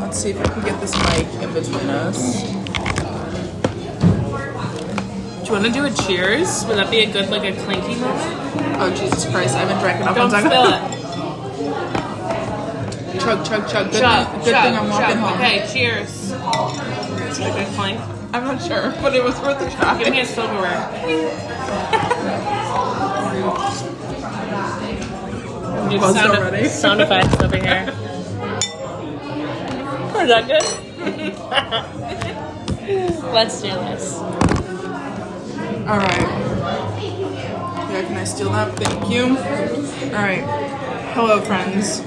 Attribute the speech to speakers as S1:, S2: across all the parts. S1: Let's see if I can get this mic in between us.
S2: Do you want to do a cheers? Would that be a good, like, a clinky moment?
S1: Oh Jesus Christ! I haven't drank enough.
S2: Don't
S1: I'm
S2: spill it.
S1: Chug, chug, chug. Good,
S2: Chug,
S1: thing, good
S2: chug,
S1: thing I'm walking
S2: chug.
S1: home.
S2: Okay, cheers. Is it a good clink?
S1: I'm not sure, but it was worth a shot.
S2: Give me a silverware. Dude,
S1: Buzzed
S2: sound,
S1: already.
S2: sound effects over here. Is that good? Let's do this.
S1: All right. Yeah, can I steal that? Thank you. All right. Hello, friends.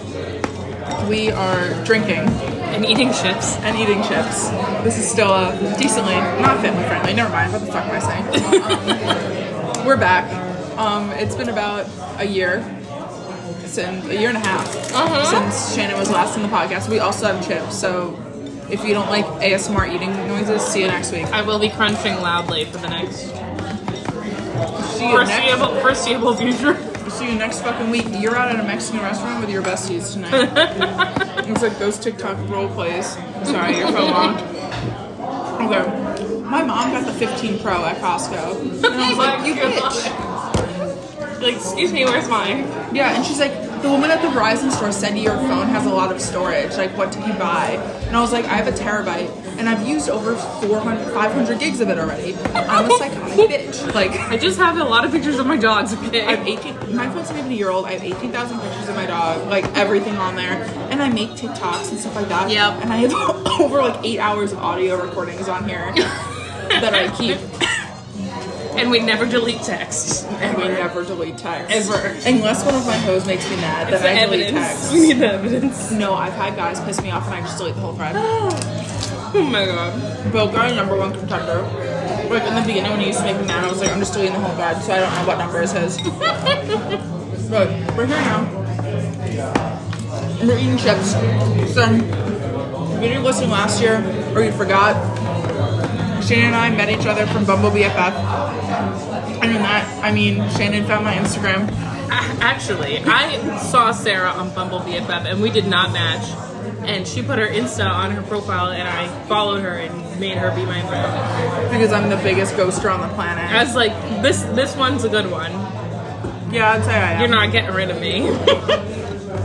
S1: We are drinking
S2: And eating chips.
S1: and eating chips. This is still a decently not family friendly. Never mind. What the fuck am I saying? um, we're back. Um, it's been about a year since a year and a half
S2: Uh-huh.
S1: since Shannon was last in the podcast. We also have chips, so if you don't like ASMR eating noises, see you next week.
S2: I will be crunching loudly for the next
S1: See you next.
S2: foreseeable, foreseeable future.
S1: See you next fucking week. You're out at a Mexican restaurant with your besties tonight. it's like those TikTok role plays. Sorry, you're so long. Okay. My mom got the 15 Pro at Costco. And I was like, you bitch.
S2: Like, excuse me, where's mine?
S1: Yeah, and she's like, the woman at the Verizon store said your phone has a lot of storage. Like, what did you buy? And I was like, I have a terabyte, and I've used over 400, 500 gigs of it already. I'm a psychotic bitch. Like,
S2: I just have a lot of pictures of my dogs, okay?
S1: I have 18, my phone's not even a year old. I have 18,000 pictures of my dog, like everything on there. And I make TikToks and stuff like that.
S2: Yep.
S1: And I have over like eight hours of audio recordings on here that I keep.
S2: and we never delete texts.
S1: And we never delete text.
S2: Ever.
S1: Unless one of my hoes makes me mad,
S2: It's
S1: then
S2: the
S1: I delete
S2: evidence.
S1: text.
S2: We need the evidence.
S1: No, I've had guys piss me off and I just delete the whole thread.
S2: Oh my god.
S1: Bill Guy, number one contender. Like in the beginning when he used to make me mad, I was like, I'm just deleting the whole guide, so I don't know what number it says. but we're here now. And we're eating chips. So if you didn't listen last year or you forgot, Shannon and I met each other from Bumble BFF. And in that, I mean, Shannon found my Instagram.
S2: A- Actually, I saw Sarah on Bumble BFF and we did not match. And she put her Insta on her profile and I followed her and made her be my friend.
S1: Because I'm the biggest ghoster on the
S2: I
S1: planet.
S2: was like, this this one's a good one.
S1: Yeah, I'd say I am.
S2: You're not getting rid of me.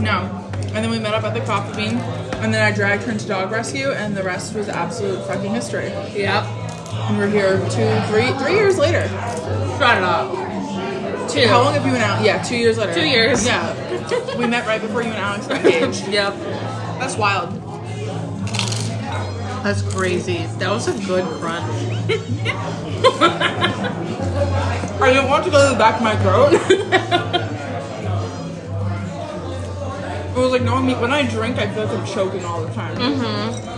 S1: No. And then we met up at the coffee bean, and then I dragged her into dog rescue, and the rest was absolute fucking history.
S2: yep.
S1: And we're here two, three, three years later.
S2: Shut it up. Two.
S1: How long have you been out? Yeah, two years later.
S2: Two years.
S1: Yeah. we met right before you and Alex got engaged.
S2: Yep.
S1: That's wild.
S2: That's crazy. That was a good crunch.
S1: I didn't want to go to the back of my throat. it was like no meat. When I drink, I feel like I'm choking all the time.
S2: Mm-hmm.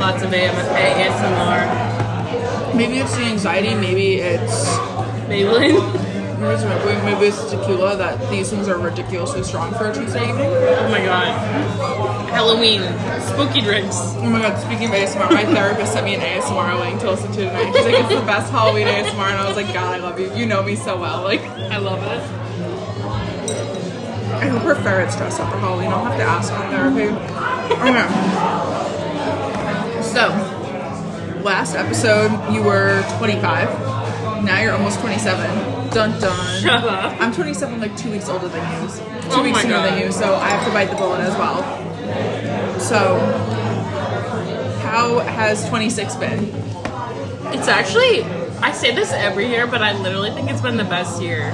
S2: Lots of AMFA, ASMR.
S1: Maybe it's the anxiety. Maybe it's
S2: Maybelline.
S1: maybe it's, maybe it's tequila. That these things are ridiculously strong for a Tuesday evening.
S2: Oh my god. Halloween. Spooky drinks.
S1: Oh my god, speaking of ASMR, my therapist sent me an ASMR link to listen to tonight. She's like, it's the best Halloween ASMR. And I was like, God, I love you. You know me so well. Like,
S2: I love it.
S1: I hope her ferret's dressed up for Halloween. I'll have to ask on therapy. Okay. So, last episode, you were 25. Now you're almost 27. Dun dun.
S2: Shut up.
S1: I'm 27, like two weeks older than you. Two
S2: Oh
S1: weeks
S2: my
S1: sooner than
S2: God.
S1: you, so I have to bite the bullet as well. So, how has 26 been?
S2: It's actually, I say this every year, but I literally think it's been the best year.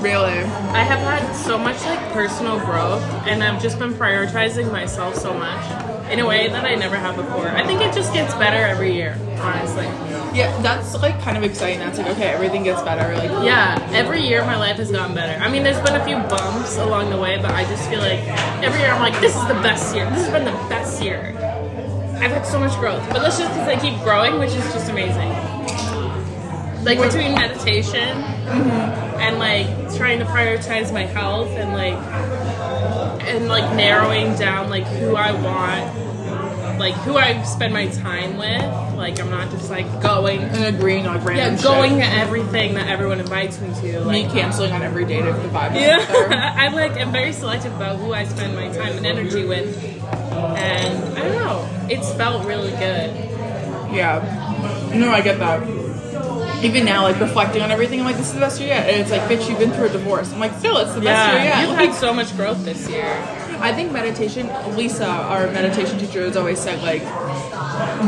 S1: Really?
S2: I have had so much like personal growth, and I've just been prioritizing myself so much in a way that I never have before. I think it just gets better every year, honestly.
S1: Yeah, that's like kind of exciting. That's like, okay, everything gets better. Like,
S2: Yeah, every year my life has gotten better. I mean, there's been a few bumps along the way, but I just feel like every year I'm like, this is the best year. This has been the best year. I've had so much growth, but that's just because I keep growing, which is just amazing. Like between meditation and like trying to prioritize my health and like and like narrowing down like who I want, like who I spend my time with, Like I'm not just like going.
S1: And agreeing on random
S2: Yeah,
S1: shit.
S2: going to everything that everyone invites me to.
S1: Me
S2: Like,
S1: canceling on every date if the vibe is
S2: yeah,
S1: not there.
S2: I like. I'm very selective about who I spend my time and energy with, and I don't know. It's felt really good.
S1: Yeah. No, I get that. Even now, like reflecting on everything, I'm like, this is the best year yet. And it's like, bitch, you've been through a divorce. I'm like, still, it's the best year yet.
S2: you've
S1: Like,
S2: had so much growth this year.
S1: I think meditation. Lisa, our meditation teacher, has always said like,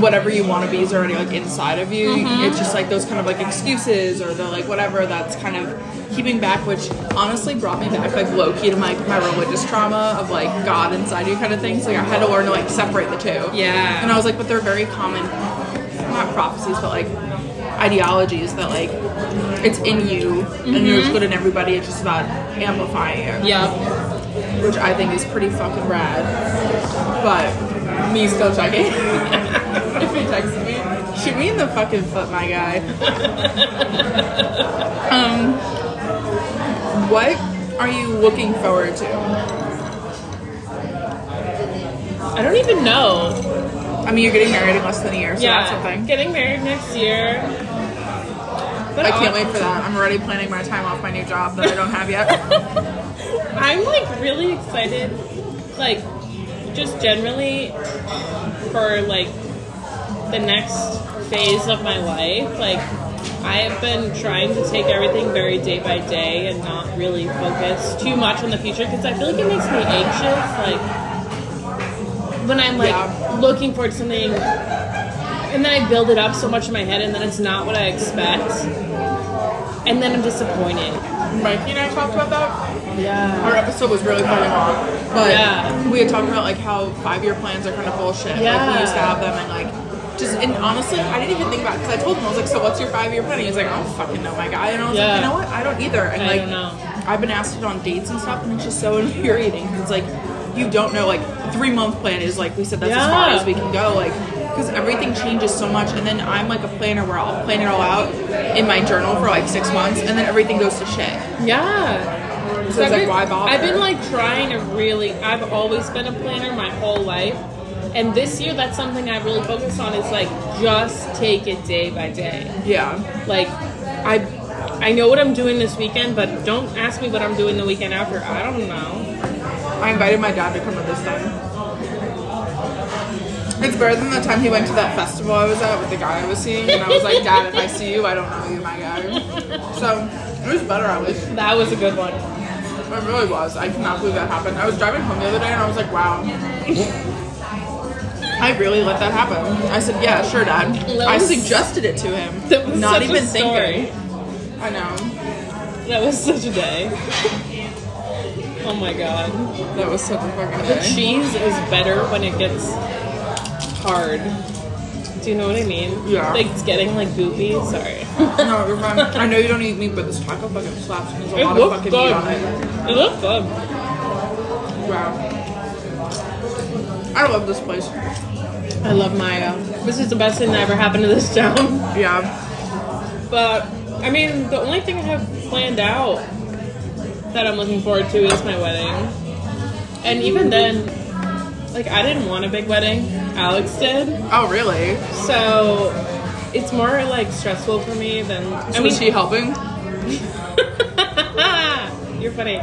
S1: whatever you want to be is already like inside of you. It's just like those kind of like excuses or the like whatever that's kind of keeping back. Which honestly brought me back like low key to my my religious trauma of like God inside you kind of thing. So like, I had to learn to like separate the two.
S2: Yeah.
S1: And I was like, but they're very common, not prophecies, but like ideologies that like it's in you and there's good in everybody. It's just about amplifying it
S2: Yep.
S1: which I think is pretty fucking rad. But me still checking. if he texts me, shoot me in the fucking foot, my guy. um, what are you looking forward to?
S2: I don't even know.
S1: I mean, you're getting married in less than a year, so
S2: yeah,
S1: that's something.
S2: getting married next year. But
S1: I can't
S2: all-
S1: wait for that. I'm already planning my time off my new job that I don't have yet.
S2: I'm like really excited, like just generally for like the next phase of my life. Like I have been trying to take everything very day by day and not really focus too much on the future because I feel like it makes me anxious. Like when I'm like
S1: Yeah.
S2: looking forward to something, and then I build it up so much in my head, and then it's not what I expect, and then I'm disappointed.
S1: Mikey and I talked about that.
S2: Yeah.
S1: Our episode was really fucking long, but
S2: Yeah.
S1: we had talked about like how five-year plans are kind of bullshit. Like we
S2: Yeah.
S1: used to have them, and like just and honestly, I didn't even think about it because I told him I was like, "So what's your five-year plan?" And he's like, "I don't fucking know, my guy." And I was
S2: Yeah.
S1: like, "You know what? I don't either." And
S2: I
S1: like,
S2: don't know.
S1: I've been asked it on dates and stuff, and it's just so infuriating. 'cause It's like you don't know. Like three-month plan is like we said that's as far
S2: Yeah.
S1: as we can go. Like. Because everything changes so much, and then I'm like a planner where I'll plan it all out in my journal for like six months, and then everything goes to shit.
S2: Yeah.
S1: So it's
S2: I've
S1: like,
S2: been-
S1: why bother?
S2: I've been like trying to really. I've always been a planner my whole life, and this year that's something I really focus on. Is like just take it day by day.
S1: yeah.
S2: Like I, I know what I'm doing this weekend, but don't ask me what I'm doing the weekend after. I don't know.
S1: I invited my dad to come to this time. It's better than the time he went to that festival I was at with the guy I was seeing, and I was like, Dad, if I see you, I don't know you, my guy. So it was better, at least.
S2: That was a good one.
S1: It really was. I cannot believe that happened. I was driving home the other day, and I was like, wow. I really let that happen. I said, yeah, sure, Dad. I
S2: was-
S1: suggested it to him.
S2: That was
S1: not
S2: such
S1: even
S2: a story.
S1: thinking. I know.
S2: That was such a day. oh my god.
S1: That was such a fucking
S2: The
S1: day.
S2: cheese is better when it gets hard. Do you know what I mean?
S1: Yeah.
S2: Like it's getting like goopy. Sorry.
S1: No, you're fine. I know you don't eat meat, but this taco fucking slaps. There's a
S2: It
S1: lot of
S2: looked
S1: fucking
S2: good.
S1: meat on it.
S2: It looked good.
S1: Wow. I love this place.
S2: I love my. Uh, this is the best thing that ever happened to this town.
S1: Yeah.
S2: But I mean, the only thing I have planned out that I'm looking forward to is my wedding. And even then, like I didn't want a big wedding. Alex did.
S1: Oh, really?
S2: So it's more like stressful for me than. I
S1: So
S2: mean,
S1: was she helping?
S2: Ah, you're funny.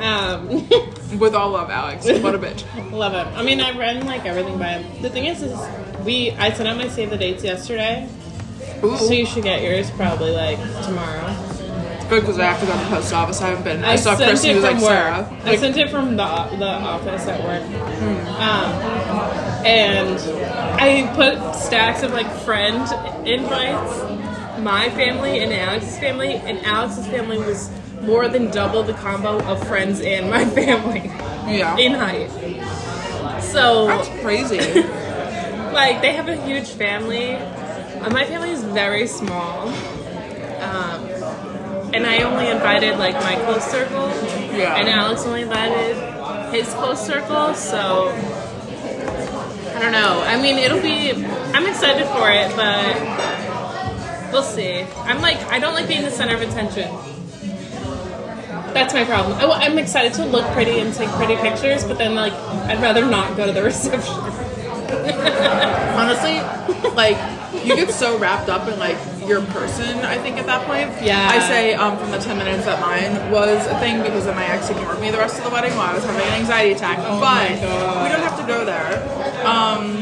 S2: Um.
S1: With all love, Alex. What a bitch.
S2: Love it. I mean, I ran like everything by him. The thing is, is we I sent out my save the dates yesterday, so
S1: Ooh.
S2: you should get yours probably like tomorrow.
S1: Good because I have to go to the post office. I haven't been. I, saw
S2: sent
S1: Chris and he was like,
S2: work.
S1: Sarah.
S2: I sent it from the o- the office at work. Um,
S1: Hmm.
S2: and I put stacks of like friend invites, my family and Alex's family, and Alex's family was more than double the combo of friends and my family
S1: Yeah.
S2: in height. So
S1: That's crazy.
S2: like they have a huge family. Uh, my family is very small, um, and I only invited like my close circle.
S1: Yeah.
S2: And Alex only invited his close circle, so I don't know. I mean, it'll be. I'm excited for it, but we'll see. I'm like, I don't like being the center of attention. That's my problem. I, I'm excited to look pretty and take pretty pictures, but then like, I'd rather not go to the reception.
S1: honestly, like you get so wrapped up in like your person. I think at that point,
S2: Yeah.
S1: I say um, from the ten minutes that mine was a thing because then my ex didn't work me the rest of the wedding while I was having an anxiety attack.
S2: Oh
S1: but we don't have to go there. Um,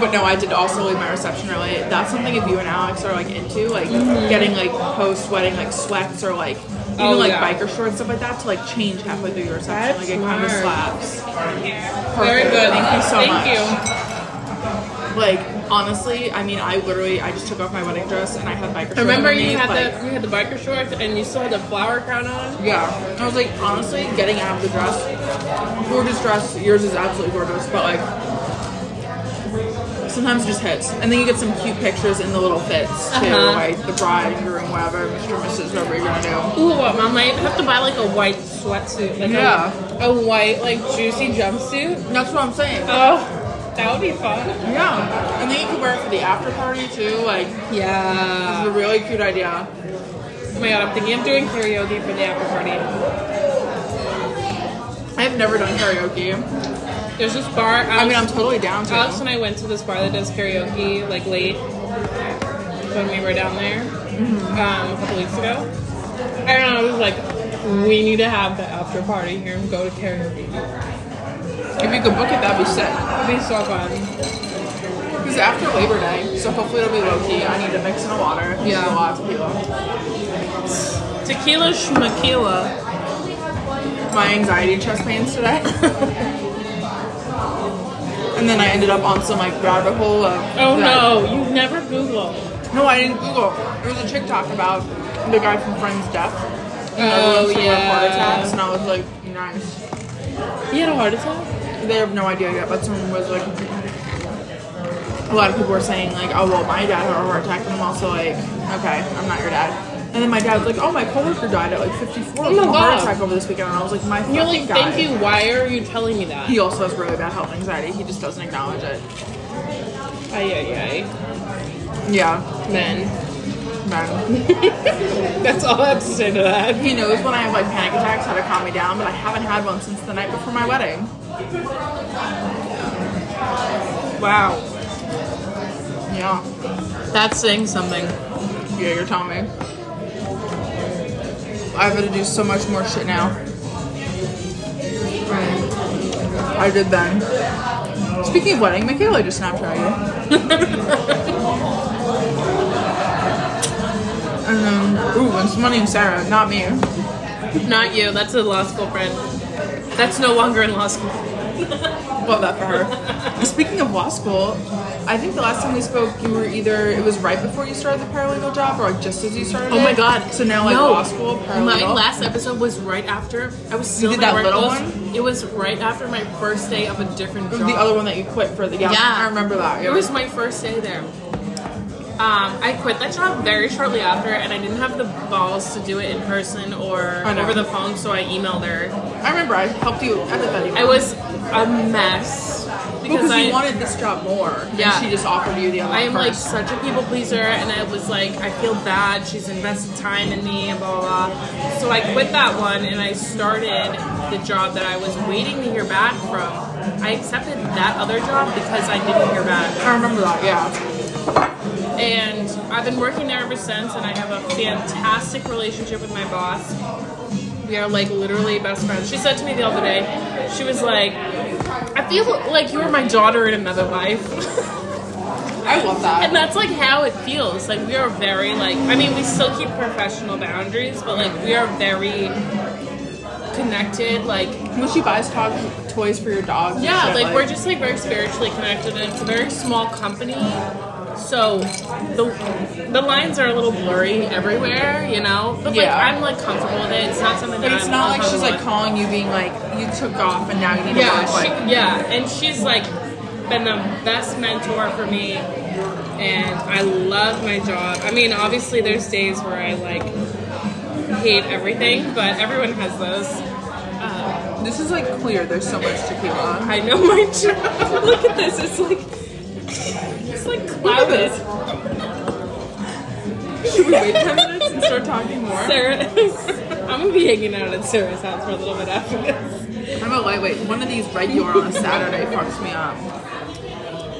S1: But no, I did also leave my reception early. That's something if you and Alex are like into, like getting like post wedding like sweats or like even
S2: Mm-hmm. Oh,
S1: like
S2: yeah.
S1: biker shorts stuff like that to like change halfway through your reception. like
S2: That's
S1: it kind of
S2: smart.
S1: slaps.
S2: Very
S1: Perfect.
S2: good.
S1: Thank you so much.
S2: Thank you.
S1: Like honestly, I mean, I literally I just took off my wedding dress and I had biker. shorts
S2: Remember you
S1: underneath,
S2: had
S1: like,
S2: the you had the biker shorts and you still had the flower crown on.
S1: Yeah, I was like, honestly, getting out of the dress, gorgeous dress. Yours is absolutely gorgeous, but like, sometimes it just hits, and then you get some cute pictures in the little fits too,
S2: Uh-huh.
S1: like the bride, groom, whatever, Mr. and Mrs. Whatever you're gonna do.
S2: Ooh, I might have to buy like a white sweatsuit. Like a-
S1: Yeah.
S2: A, white like juicy jumpsuit.
S1: That's what I'm saying.
S2: Oh, that would be fun.
S1: Yeah, and then you can wear it for the after party too. Like, it's
S2: Yeah.
S1: a really cute idea.
S2: Oh my god, I'm thinking of doing karaoke for the after party.
S1: I have never done karaoke.
S2: There's this bar. Alex,
S1: I mean, I'm totally down to.
S2: Alex and I went to this bar that does karaoke like late when we were down there
S1: Mm-hmm.
S2: um, a couple weeks ago. And I was like, we need to have the after party here and go to karaoke.
S1: If you could book it, that'd be sick.
S2: It'd be so fun.
S1: Because after Labor Day, so hopefully it'll be low key. I need to mix in a water.
S2: Yeah.
S1: a lot of tequila.
S2: Tequila schmaquila.
S1: my anxiety chest pains today. and then I ended up on some like rabbit hole of
S2: Oh
S1: that-
S2: no, you never Google.
S1: No, I didn't Google. There was a TikTok about the guy from Friends death. And
S2: Oh,
S1: everyone's having
S2: yeah.
S1: Heart attacks, and I was like, nice.
S2: He had a heart attack?
S1: They have no idea yet, but someone was like, a lot of people were saying like, oh well, my dad had a heart attack, and I'm also like, okay, I'm not your dad. And then my dad's like, oh, my coworker died at like 54 from
S2: Oh my
S1: a heart
S2: God.
S1: attack over this weekend, and I was like, my fucking
S2: You're like,
S1: God.
S2: thank you. Why are you telling me that?
S1: He also has really bad health anxiety. He just doesn't acknowledge it.
S2: Ay, ay, ay.
S1: Yeah,
S2: Men.
S1: man.
S2: That's all I have to say to that.
S1: He knows when I have like panic attacks how to calm me down, but I haven't had one since the night before my wedding.
S2: Wow.
S1: Yeah,
S2: That's saying something.
S1: yeah, you're telling me. I've got to do so much more shit now. I did then. Speaking of wedding, Michaela just Snapchatted you. and then, ooh, and Money and Sarah, not me.
S2: Not you. That's a law school friend. That's no longer in law school.
S1: Love that for her. Speaking of law school, I think the last time we spoke, you were either it was right before you started the paralegal job, or like just as you started.
S2: Oh my
S1: it.
S2: god.
S1: So now like
S2: No.
S1: law school
S2: My
S1: paralegal.
S2: last episode was right after I was still
S1: did
S2: in my
S1: that
S2: work
S1: little
S2: clothes.
S1: one?
S2: It was right after my first day of a different
S1: It
S2: job.
S1: was the other one that you quit for the yeah.
S2: Yeah.
S1: I remember that. Yeah.
S2: It was my first day there. Um, I quit that job very shortly after, and I didn't have the balls to do it in person or
S1: I know.
S2: over the phone, so I emailed her.
S1: I remember I helped you edit that. email.
S2: I was a mess
S1: Well,
S2: because
S1: because
S2: I
S1: you wanted this job more.
S2: Yeah.
S1: And she just offered you the other.
S2: I am like
S1: first.
S2: such a people pleaser, and I was like, I feel bad. She's invested time in me, and blah blah. blah. So I quit that one, and I started the job that I was waiting to hear back from. I accepted that other job because I didn't hear back.
S1: I remember that. Yeah.
S2: and I've been working there ever since, and I have a fantastic relationship with my boss. We are like literally best friends. She said to me the other day, she was like, I feel like you were my daughter in another life.
S1: I love that.
S2: And that's like how it feels. Like we are very like I mean we still keep professional boundaries, but like we are very connected, like
S1: when she buys to- toys for your dogs. and
S2: yeah,
S1: shit,
S2: like we're just like very spiritually connected, and it's a very small company, so the the lines are a little blurry everywhere, you know. But like
S1: Yeah.
S2: I'm like comfortable with it. It's not something that
S1: But it's
S2: I'm
S1: not like she's like
S2: uncomfortable
S1: calling you, being like, "You took off and now you need
S2: with.
S1: to work." Like,
S2: yeah, she, yeah, and she's like been the best mentor for me, and I love my job. I mean, obviously there's days where I like hate everything, but everyone has those.
S1: this is like clear. There's so much tequila.
S2: I know my job. Look at this. It's like it's like
S1: Look at
S2: clouded.
S1: this. Should we wait 10 minutes and start talking more?
S2: Sarah, I'm gonna be hanging out at Sarah's house for a little bit after this.
S1: I'm a lightweight. One of these regular on a Saturday fucks me up.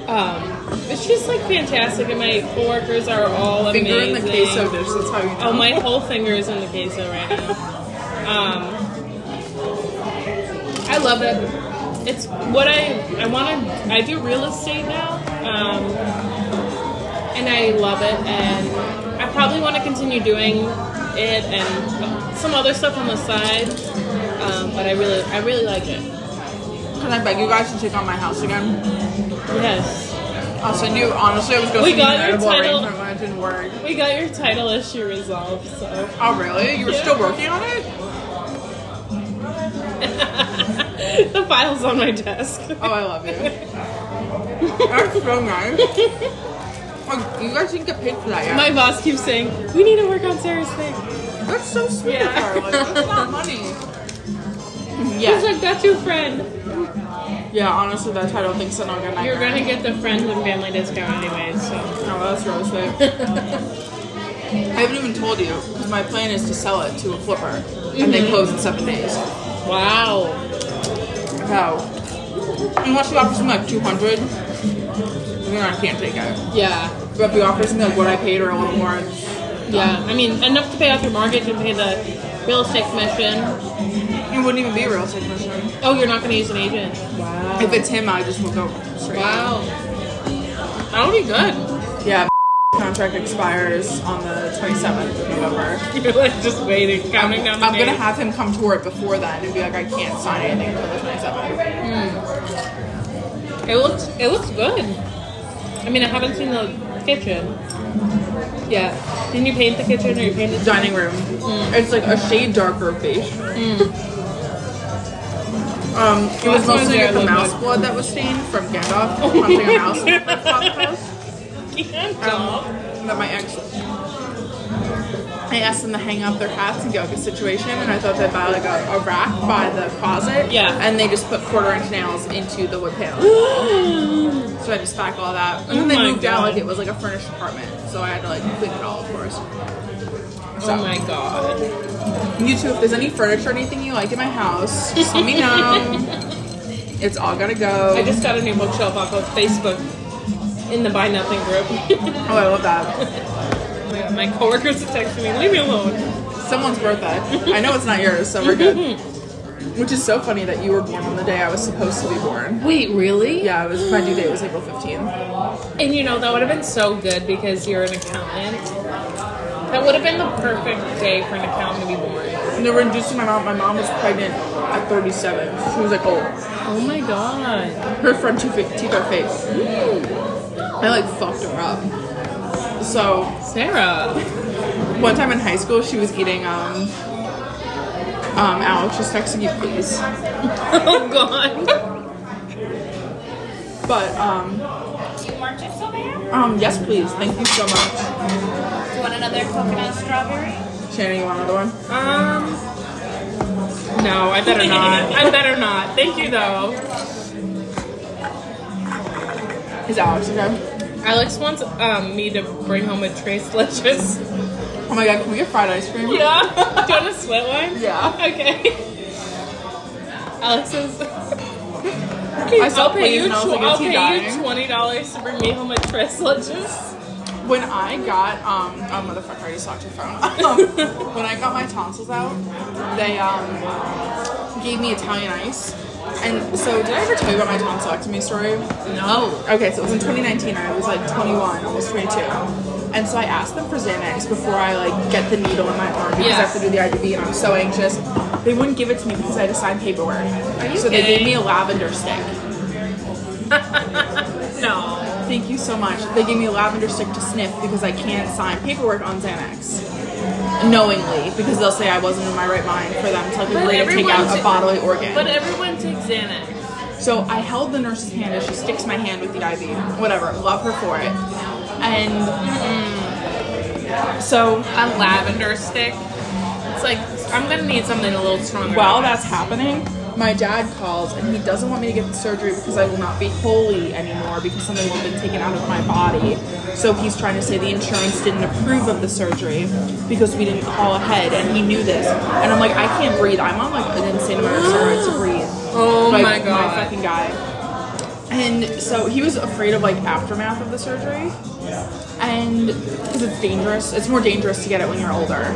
S2: Um, but she's like fantastic, and my coworkers are all
S1: Finger
S2: amazing.
S1: in the queso dish. That's how you know.
S2: Oh, my whole finger is in the queso right now. Um, I love it. It's what I I want to. I do real estate now, um, and I love it. And I probably want to continue doing it and some other stuff on the side. Um, but I really, I really like it.
S1: Can I beg you guys to take on my house again?
S2: Yes.
S1: Also, I knew honestly I was going
S2: We
S1: to
S2: got
S1: an
S2: your
S1: edible
S2: title.
S1: arrangement when it didn't work.
S2: We got your title issue resolved, so
S1: Oh really? You were
S2: Yeah.
S1: still working on it?
S2: the file's on my desk.
S1: Oh, I love you. That's so nice. Oh, you guys didn't get paid for that yet.
S2: My boss keeps saying, We need to work on Sarah's thing.
S1: That's so sweet
S2: Yeah.
S1: of her. Like, that's not money.
S2: He's
S1: Yeah.
S2: like, That's your friend.
S1: yeah, honestly, that's I don't think so. No, good night.
S2: You're gonna get the friend and family discount anyway, so
S1: Oh, that's really sick. I haven't even told you because my plan is to sell it to a flipper, and they close in seven days.
S2: Wow.
S1: So, unless you offer something like two hundred, then I can't take it.
S2: Yeah.
S1: But if you offer something like what I paid or a little more, it
S2: Yeah. I mean enough to pay off your mortgage and pay the real estate commission.
S1: wouldn't even be a real estate commission.
S2: Oh, you're not gonna use an agent. Wow.
S1: If it's him, I just will go straight.
S2: wow. That'll be good.
S1: Yeah. Contract expires on the twenty seventh of November.
S2: You're like just waiting, counting down the
S1: I'm gonna
S2: days.
S1: have him come tour it before then and be like, I can't sign anything until the 27th.
S2: It looks it looks good. I mean, I haven't seen the kitchen. Yeah. Didn't you paint the kitchen or you painted the
S1: Dining room.
S2: Mm.
S1: It's like a shade darker beige. Um, it was
S2: Last one's
S1: mostly
S2: there,
S1: like the
S2: look
S1: mouse
S2: good.
S1: blood that was stained from Gandalf
S2: Oh
S1: hunting a mouse in the house.
S2: candle?
S1: Um, that my ex. I asked them to hang up their hats and go like a situation, and I thought they'd buy like a, a rack by the closet.
S2: Yeah.
S1: And they just put quarter inch nails into the wood panel. So I just packed all that. And then
S2: Oh
S1: they
S2: my
S1: moved out
S2: God.
S1: like it was like a furnished apartment. So I had to like clean it all, of course.
S2: oh my god.
S1: You too, if there's any furniture or anything you like in my house, just let me know. It's all gotta go.
S2: I just got a new bookshelf off of Facebook in the Buy Nothing group.
S1: oh, I love that.
S2: my, my coworkers are texting me, leave me alone.
S1: Someone's birthday. I know it's not yours, so we're good. Which is so funny that you were born on the day I was supposed to be born.
S2: Wait, really?
S1: Yeah, it was my due date was April 15th.
S2: And you know, that would have been so good because you're an accountant. That would have been the perfect day for an accountant to be born.
S1: And they were inducing my mom. My mom was pregnant at 37. She was like old.
S2: Oh my god.
S1: her front two fi- teeth are fake. I like fucked her up. So
S2: Sarah.
S1: one time in high school, she was eating. Um, um, Alex, just texting you, please.
S2: Oh god.
S1: But um,
S3: You want chips over here?
S1: um, yes, please. Thank you so much.
S3: Do you want another coconut strawberry?
S1: Shannon, you want another one?
S2: Um. No, I better not. I better not. Thank you though.
S1: Is Alex okay?
S2: Alex wants um, me to bring home a tray of lettuce.
S1: Oh my god, can we get fried ice cream?
S2: Yeah. Do you want a split one?
S1: Yeah.
S2: Okay. Alex says,
S1: I saw
S2: I'll pay
S1: please,
S2: you,
S1: and I
S2: tw-
S1: was like,
S2: I'll
S1: is he
S2: pay you
S1: dying?
S2: twenty dollars to bring me home a tray of lettuce.
S1: When I got um oh motherfucker, I just locked your phone. Um, when I got my tonsils out, they um gave me Italian ice. And so did I ever tell you about my tonsillectomy story?
S2: No.
S1: Okay, so it was in 2019. I was like 21, almost 22. And so I asked them for Xanax before I like get the needle in my arm because I have to do the IUD and I'm so anxious. They wouldn't give it to me because I had to sign paperwork.
S2: you
S1: so they gave
S2: kidding?
S1: me a lavender stick.
S2: No.
S1: Thank you so much. They gave me a lavender stick to sniff because I can't sign paperwork on Xanax. Knowingly, because they'll say I wasn't in my right mind for them to like,
S2: But
S1: later take out
S2: everyone's-
S1: a bodily organ.
S2: But everyone takes Xanax.
S1: So I held the nurse's hand as she sticks my hand with the IV. Whatever, love her for it. And so
S2: A lavender stick. It's like I'm gonna need something a little stronger.
S1: while that's happening, my dad calls and he doesn't want me to get the surgery because I will not be holy anymore because something will have been taken out of my body. So he's trying to say the insurance didn't approve of the surgery because we didn't call ahead and he knew this. And I'm like, I can't breathe. I'm on like an insane amount of steroids to breathe.
S2: Oh
S1: like,
S2: my god.
S1: fucking guy. And so he was afraid of like aftermath of the surgery, and because it's dangerous, it's more dangerous to get it when you're older.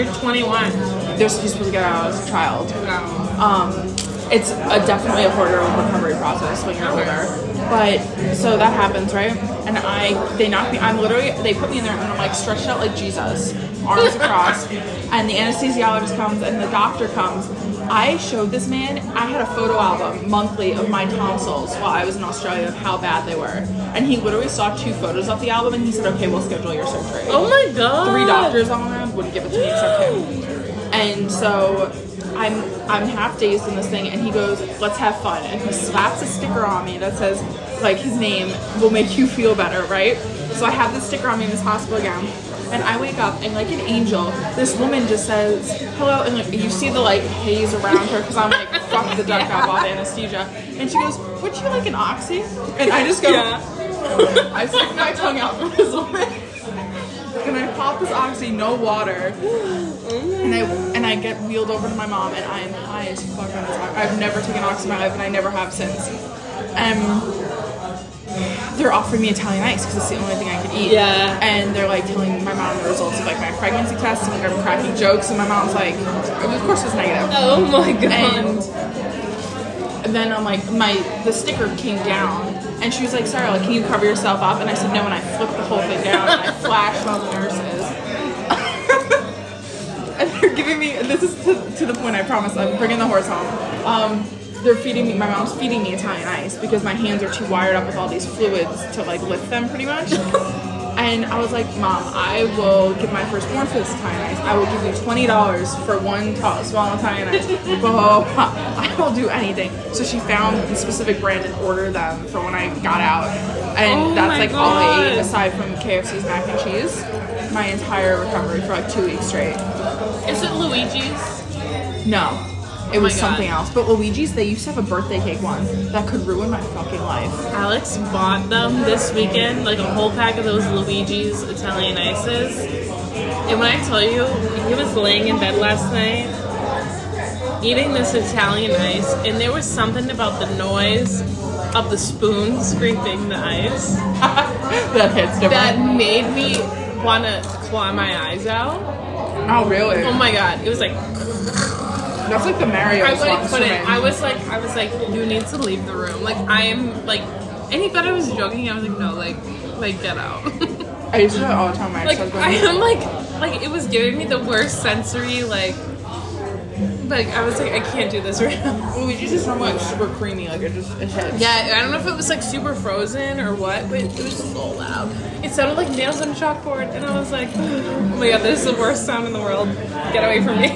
S2: You're 21.
S1: They're supposed to get it out as a child.
S2: No.
S1: Um, it's a, definitely a harder recovery process when you're older. But so that happens, right? And I, they knock me. I'm literally, they put me in there, and I'm like stretched out like Jesus, arms across. And the anesthesiologist comes, and the doctor comes. I showed this man. I had a photo album monthly of my tonsils while I was in Australia of how bad they were, and he literally saw two photos off the album, and he said, "Okay, we'll schedule your surgery."
S2: Oh my god.
S1: three doctors on them wouldn't give it to me except him. And so I'm I'm half dazed in this thing, and he goes, "Let's have fun," and he slaps a sticker on me that says like his name will make you feel better, right? So I have this sticker on me in this hospital gown. And I wake up and like an angel, this woman just says hello, and like, you see the like haze around her because I'm like fuck the duck out off anesthesia, and she goes, "Would you like an oxy?" And I just go,
S2: Yeah.
S1: I stick my tongue out for this woman. And I pop this oxy, no water. And I and I get wheeled over to my mom and I am high as fuck on this oxy. I've never taken oxy in my life and I never have since. Um they're offering me Italian ice because it's the only thing I could eat.
S2: Yeah.
S1: And they're like telling my mom the results of like my pregnancy test and I'm cracking jokes and my mom's like, of course it's negative.
S2: Oh my god.
S1: And then I'm like, my the sticker came down, and she was like, Sarah, like, can you cover yourself up? And I said no, and I flipped the whole thing down, and I flashed all the nurses. and they're giving me this is to, to the point. I promise. I'm bringing the horse home. Um, they're feeding me. My mom's feeding me Italian ice because my hands are too wired up with all these fluids to like lift them, pretty much. And I was like, Mom, I will give my firstborn for this Italian ice. I will give you twenty dollars for one ta- small Italian ice. Blah, I will do anything. So she found a specific brand and ordered them for when I got out. And
S2: Oh
S1: that's
S2: my
S1: like all I ate
S2: God.
S1: aside from KFC's mac and cheese. My entire recovery for like two weeks straight.
S2: Is it Luigi's?
S1: No. It was
S2: God.
S1: something else. But Luigi's, they used to have a birthday cake one that could ruin my fucking life.
S2: Alex bought them this weekend, like a whole pack of those Luigi's Italian ices. And when I tell you, he was laying in bed last night eating this Italian ice, and there was something about the noise of the spoon scraping the ice
S1: that hits different.
S2: that made me want to claw my eyes out.
S1: oh, really?
S2: Oh my god, it was like
S1: That's like the Mario
S2: I
S1: one.
S2: wouldn't put it. I was like, I was like, you need to leave the room. Like I am like, and he thought I was joking. I was like, no, like, like get out.
S1: I used to do it all the time. My
S2: like
S1: ex-husband.
S2: I am like, like it was giving me the worst sensory like. Like I was like, I can't do this right now.
S1: Luigi's is so much super creamy. Like it just it hits.
S2: Yeah, I don't know if it was like super frozen or what, but it was just all loud. It sounded like nails on a chalkboard, and I was like, oh my god, this is the worst sound in the world. Get away from me.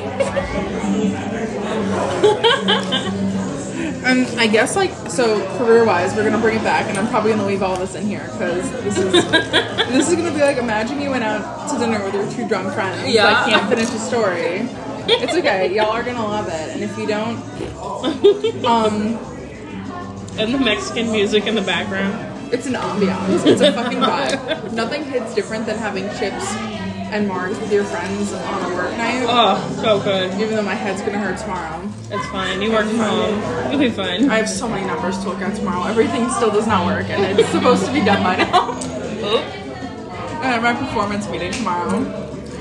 S1: And Um, I guess like so career-wise, we're gonna bring it back, and I'm probably gonna leave all this in here because this is this is gonna be like imagine you went out to dinner with your two drunk friends.
S2: Yeah.
S1: I can't finish the story. It's okay. Y'all are gonna love it, and if you don't, um,
S2: and the Mexican music in the background.
S1: It's an ambiance. It's a fucking vibe. Nothing hits different than having chips and margs with your friends on a work night.
S2: Oh, so good.
S1: Even though my head's gonna hurt tomorrow.
S2: It's fine. You work from home. You'll be fine.
S1: I have so many numbers to look at tomorrow. Everything still does not work, and it's supposed to be done by now.
S2: Oh,
S1: I have my performance meeting tomorrow.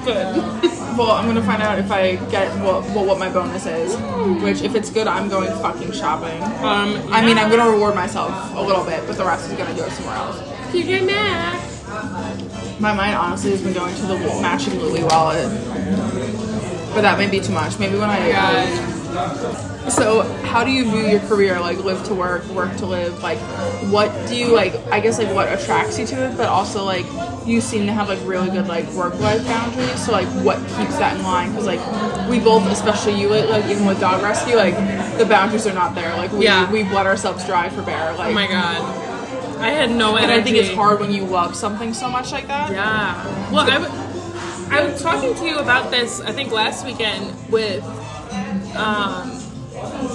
S2: good.
S1: Well, I'm gonna find out if I get what, well, what my bonus is. Which, if it's good, I'm going fucking shopping.
S2: Um,
S1: I mean, I'm gonna reward myself a little bit, but the rest is gonna go somewhere else.
S2: TJ Maxx.
S1: My mind honestly has been going to the matching Louis wallet, but that may be too much. Maybe when I um, So, how do you view your career? Like, live to work, work to live. Like, what do you like? I guess like what attracts you to it, but also like you seem to have like really good like work life boundaries. So like, what keeps that in line? Because like we both, especially you, like, like even with dog rescue, like the boundaries are not there. Like we
S2: Yeah.
S1: we let ourselves dry for bear. Like,
S2: Oh my god. I had no
S1: and
S2: energy.
S1: I think it's hard when you love something so much like that.
S2: Yeah. Well, I, w- I was talking to you about this. I think last weekend with um,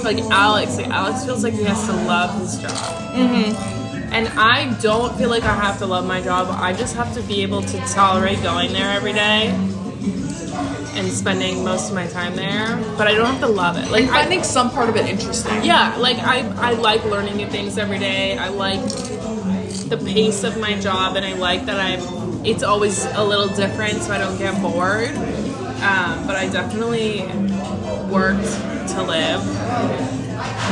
S2: like Alex. Like Alex feels like he has to love his job. Mm-hmm. And I don't feel like I have to love my job. I just have to be able to tolerate going there every day and spending most of my time there. But I don't have to love it. Like I,
S1: Finding some part of it interesting.
S2: yeah, like I, I like learning new things every day. I like the pace of my job, and I like that I'm. It's always a little different, so I don't get bored. Um, but I definitely worked to live.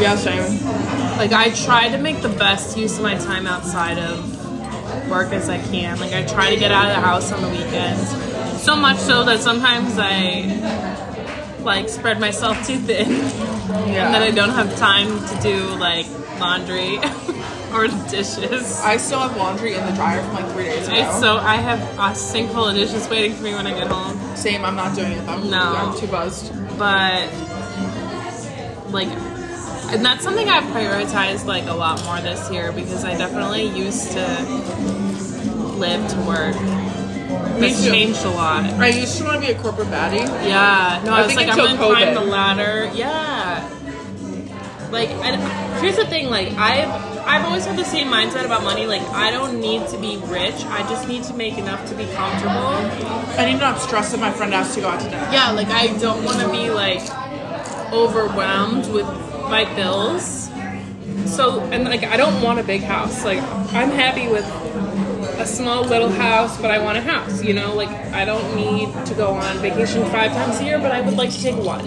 S1: Yeah, same.
S2: Like I try to make the best use of my time outside of work as I can. Like I try to get out of the house on the weekends. So much so that sometimes I like spread myself too thin.
S1: Yeah.
S2: And then I don't have time to do like laundry or dishes.
S1: I still have laundry in the dryer from like three days ago.
S2: It's so I have a sink full of dishes waiting for me when I get home.
S1: Same, I'm not doing it. I'm,
S2: No.
S1: I'm too buzzed.
S2: But like and that's something I've prioritized like a lot more this year because I definitely used to live to work. It's
S1: too.
S2: changed a lot.
S1: I used to want to be a corporate baddie.
S2: Yeah. No,
S1: I
S2: I, was
S1: think
S2: like, I'm
S1: until
S2: gonna climb
S1: COVID.
S2: the ladder. Yeah. Like, I, here's the thing. Like, I've I've always had the same mindset about money. Like, I don't need to be rich. I just need to make enough to be comfortable.
S1: I need to not stress if my friend has to go out to dinner.
S2: Yeah. Like, I don't want to be like overwhelmed with my bills. So, and like, I don't want a big house. Like, I'm happy with a small little house, but I want a house. You know, like, I don't need to go on vacation five times a year, but I would like to take one.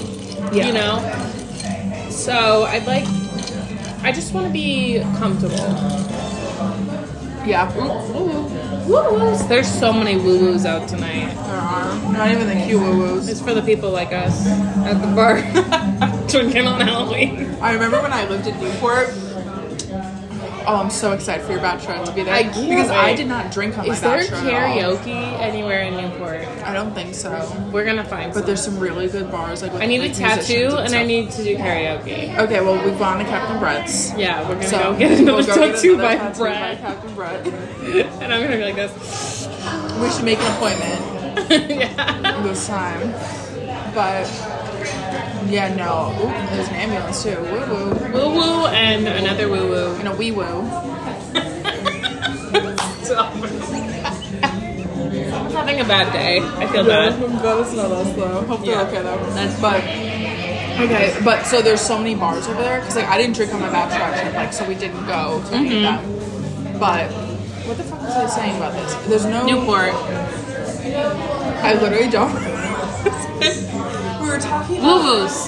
S1: Yeah.
S2: You know? So, I'd like, I just want to be comfortable.
S1: Yeah. Woo woo.
S2: Woo woos. There's so many woo woos out tonight.
S1: There are. Not even the cute woo woos.
S2: It's for the people like us at the bar drinking on Halloween.
S1: I remember when I lived in Newport. Oh, I'm so excited for your bachelorette to be there.
S2: I can't
S1: because I
S2: wait.
S1: did not drink on
S2: Is
S1: my
S2: there
S1: bachelor. at all.
S2: karaoke anywhere in Newport?
S1: I don't think so.
S2: We're gonna find
S1: But there's some really good bars. Like with,
S2: I need
S1: like,
S2: a
S1: musicians
S2: tattoo and I
S1: stuff.
S2: need to do karaoke.
S1: Okay, well we've gone to Captain Brett's.
S2: Yeah, we're gonna
S1: So
S2: go get another
S1: we'll go get
S2: tattoo
S1: another
S2: by
S1: tattoo
S2: Brad.
S1: Captain Brett.
S2: and I'm gonna be like this.
S1: We should make an appointment
S2: yeah.
S1: this time. But yeah, no. Ooh, there's an ambulance too. Woo woo.
S2: Woo woo and another woo woo.
S1: And a wee woo.
S2: I'm having a bad day. I feel bad.
S1: I'm glad it's not us though. Hope they're
S2: Yeah.
S1: okay though.
S2: That's-
S1: but okay, but so there's so many bars over there because like I didn't drink on my bachelor trip, like so we didn't go to any
S2: Mm-hmm.
S1: of them. But what the fuck was I saying about this? There's no.
S2: Newport.
S1: I literally don't. we were talking.
S2: Woo
S1: About,
S2: woos.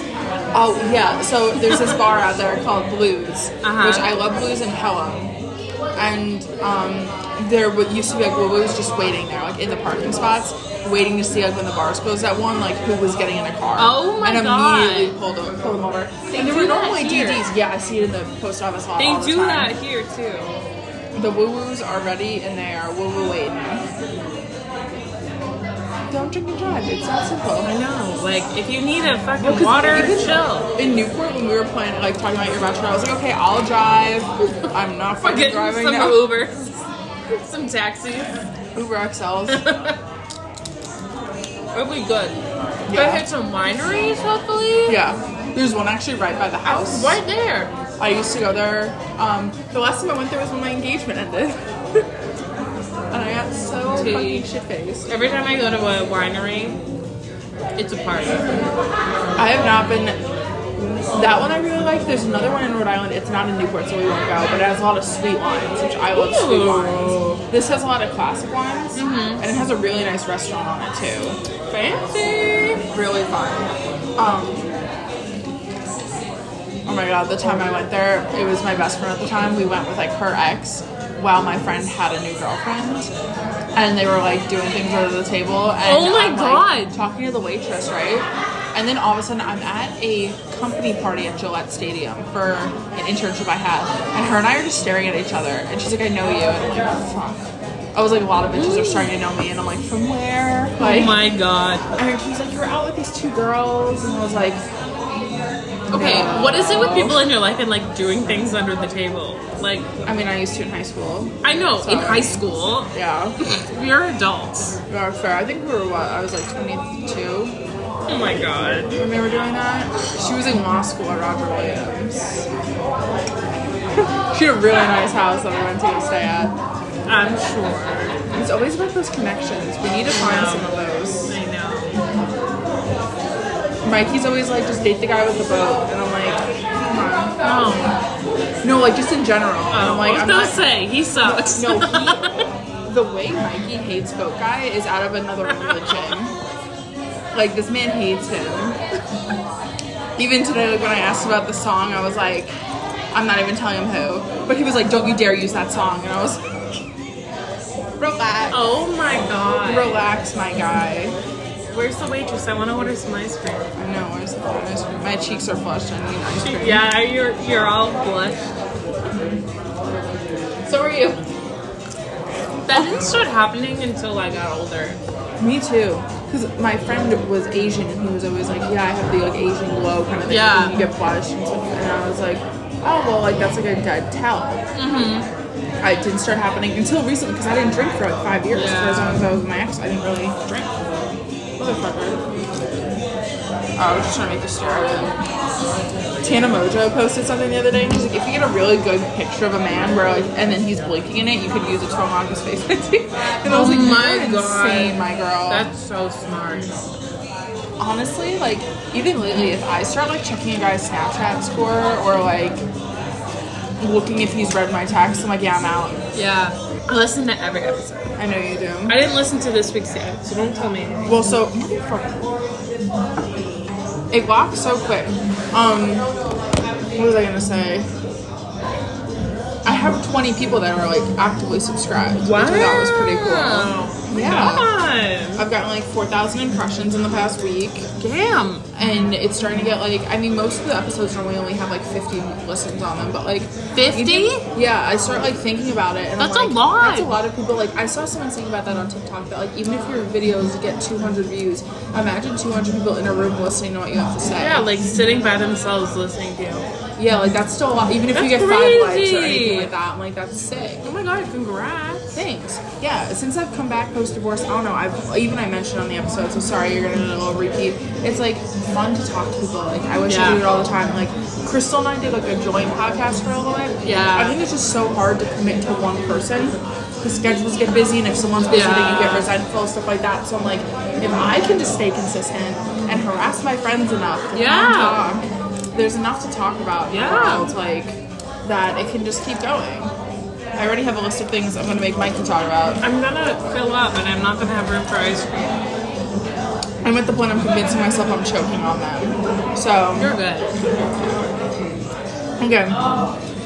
S1: oh yeah, so there's this bar out there called Blues,
S2: Uh-huh.
S1: which I love Blues in Pelham. And um, there wa- used to be like woo-woos just waiting there, like in the parking spots, waiting to see like when the bars closed. That one, like who was getting in a car.
S2: Oh my
S1: and
S2: God.
S1: immediately pulled them, pulled them over. and there
S2: do
S1: were
S2: that
S1: normally
S2: here.
S1: DDs. Yeah, I see it in the post office lot. all
S2: They
S1: the
S2: do
S1: time.
S2: that here too.
S1: The woo-woos are ready and they are woo-woo waiting. Don't drink and drive. It's that simple.
S2: I know. Like if you need a fucking
S1: 'cause
S2: water,
S1: even-
S2: chill.
S1: in Newport when we were planning, like talking about your bachelor, I was like, okay, I'll drive. I'm not
S2: We're
S1: fucking
S2: getting
S1: driving
S2: some
S1: now.
S2: Ubers. some taxis.
S1: Uber XLs.
S2: It'll be good.
S1: Yeah.
S2: Go hit some wineries, hopefully.
S1: yeah, there's one actually right by the house.
S2: Right there.
S1: I used to go there. Um, the last time I went there was when my engagement ended, and I got so
S2: Tea.
S1: fucking shit faced.
S2: Every time I go to a winery, it's a party.
S1: I have not been. That one I really like. There's another one in Rhode Island. It's not in Newport, so we won't go. But it has a lot of sweet wines, which I love sweet
S2: Ooh. Mm-hmm.
S1: wines. This has a lot of classic wines, and it has a really nice restaurant on it too.
S2: Fancy.
S1: really fun. Um, oh my god, the time I went there, it was my best friend at the time. We went with like her ex while my friend had a new girlfriend. And they were like doing things over the table. And
S2: Oh my
S1: I'm, like,
S2: God.
S1: talking to the waitress, right? And then all of a sudden, I'm at a company party at Gillette Stadium for an internship I had. And her and I are just staring at each other. And she's like, I know you. And I'm like, fuck. I was like, a lot of bitches are starting to know me. And I'm like, from where? Like,
S2: Oh my god.
S1: and she was like, "You're out with these two girls," and I was like,
S2: Okay,
S1: No.
S2: what is it with people in your life and like doing things under the table? Like,
S1: "I mean, I used to in high school."
S2: I know in
S1: Sorry.
S2: high school,
S1: Yeah,
S2: you're adults.
S1: yeah, fair. I think we were what? I was like 22
S2: Oh my god.
S1: when we were doing that. She was in law school at Roger Williams. she had a really nice house that we went to stay at.
S2: I'm sure.
S1: It's always about those connections. We need to find some of those.
S2: I know.
S1: Mike, he's always like, just date the guy with the boat, and I'm like, come
S2: Oh,
S1: on. No, like just in general. And I'm like,
S2: I was
S1: I'm
S2: gonna
S1: not.
S2: say he sucks.
S1: No, he. the way Mikey hates boat guy is out of another religion. Like this man hates him. Even today, like when I asked about the song, I was like, I'm not even telling him who. But he was like, Don't you dare use that song, and I was like, Relax,
S2: oh my god.
S1: relax, my guy.
S2: Where's the waitress? I want to order some ice cream.
S1: I know. I was- I was- My cheeks are flushed. I need ice cream.
S2: Yeah, you're you're all blushed.
S1: So are you.
S2: That didn't start happening until I got older.
S1: Me too. Because my friend was Asian and he was always like, yeah, I have the like Asian glow kind of thing.
S2: Yeah.
S1: when You get flushed and stuff. And I was like, oh, well, like that's like a dead tell. Mm-hmm. I didn't start happening until recently because I didn't drink for like five years. For as
S2: Yeah.
S1: long as I was with my ex, I didn't really drink. Motherfucker. Oh, I was just trying to make you stare at it. Tana Mojo posted something the other day and she's like, if you get a really good picture of a man where like, and then he's blinking in it, you could use it to unlock his face. and I was
S2: Oh
S1: like,
S2: my
S1: You're
S2: God.
S1: insane, my girl
S2: That's so smart.
S1: honestly, like even lately, if I start like checking a guy's Snapchat score or like looking if he's read my text, I'm like, yeah, I'm out.
S2: Yeah. I listen to every episode.
S1: I know you do.
S2: I didn't listen to this week's yet, so don't tell me. anything.
S1: Well, so motherfucker. it walks so quick. Um, what was I gonna say? I have 20 people that are like actively subscribed, which I thought was pretty cool.
S2: Wow.
S1: Yeah.
S2: Come on.
S1: I've gotten like 4,000 impressions in the past week.
S2: Damn.
S1: Um, and it's starting to get like I mean most of the episodes normally only have like 50 listens on them but like
S2: 50?
S1: yeah I start like thinking about it and
S2: That's
S1: I'm
S2: a
S1: like,
S2: lot.
S1: that's a lot of people like I saw someone saying about that on TikTok that like even if your videos get 200 views imagine 200 people in a room listening to what you have to say
S2: Yeah, like sitting by themselves listening to you.
S1: yeah like that's still a lot even if you get
S2: That's
S1: five likes or anything
S2: crazy.
S1: like that I'm like that's sick
S2: Oh my god, congrats.
S1: Thanks. Yeah, since I've come back post divorce, I don't know. I've even I mentioned on the episode, so sorry you're gonna do a little repeat. It's like fun to talk to people. Like I wish I
S2: Yeah.
S1: did it all the time. Like Crystal and I did like a joint podcast for a little bit.
S2: Yeah.
S1: I think it's just so hard to commit to one person. The schedules get busy, and if someone's busy, then you get
S2: Yeah.
S1: resentful, stuff like that. So I'm like, if I can just stay consistent and harass my friends enough, to come
S2: Yeah.
S1: talk, there's enough to talk about in the
S2: Yeah.
S1: world, like that it can just keep going. I already have a list of things I'm gonna make Mike to talk about.
S2: I'm gonna fill up and I'm not gonna have room for ice cream.
S1: I'm at the point I'm convincing myself I'm choking on them. So
S2: You're good.
S1: okay.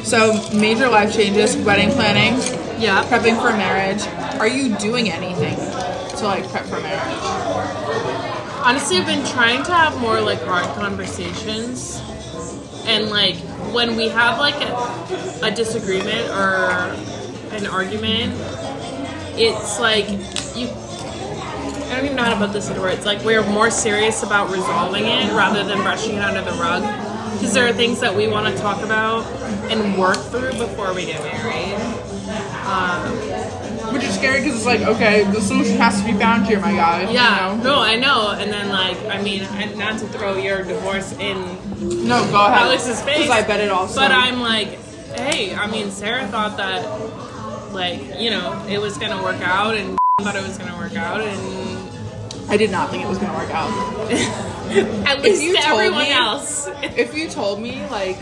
S1: So major life changes, wedding planning,
S2: Yeah.
S1: prepping for marriage. Are you doing anything to like prep for marriage?
S2: Honestly, I've been trying to have more like hard conversations, and like when we have like a, a disagreement or an argument, it's like you. I don't even know how to put this into words. Like we're more serious about resolving it rather than brushing it under the rug, because there are things that we want to talk about and work through before we get married.
S1: Which is scary because it's like, okay, the solution has to be found here, my guy.
S2: Yeah.
S1: You know?
S2: No, I know. And then like I mean, I- not to throw your divorce in
S1: No, go ahead.
S2: Alex's face.
S1: Because I bet it also.
S2: But I'm like, hey, I mean, Sarah thought that, like, you know, it was gonna work out, and thought it was gonna work out, and
S1: I did not think it was gonna work out.
S2: at least
S1: you
S2: to
S1: told
S2: everyone
S1: me-
S2: else.
S1: if you told me like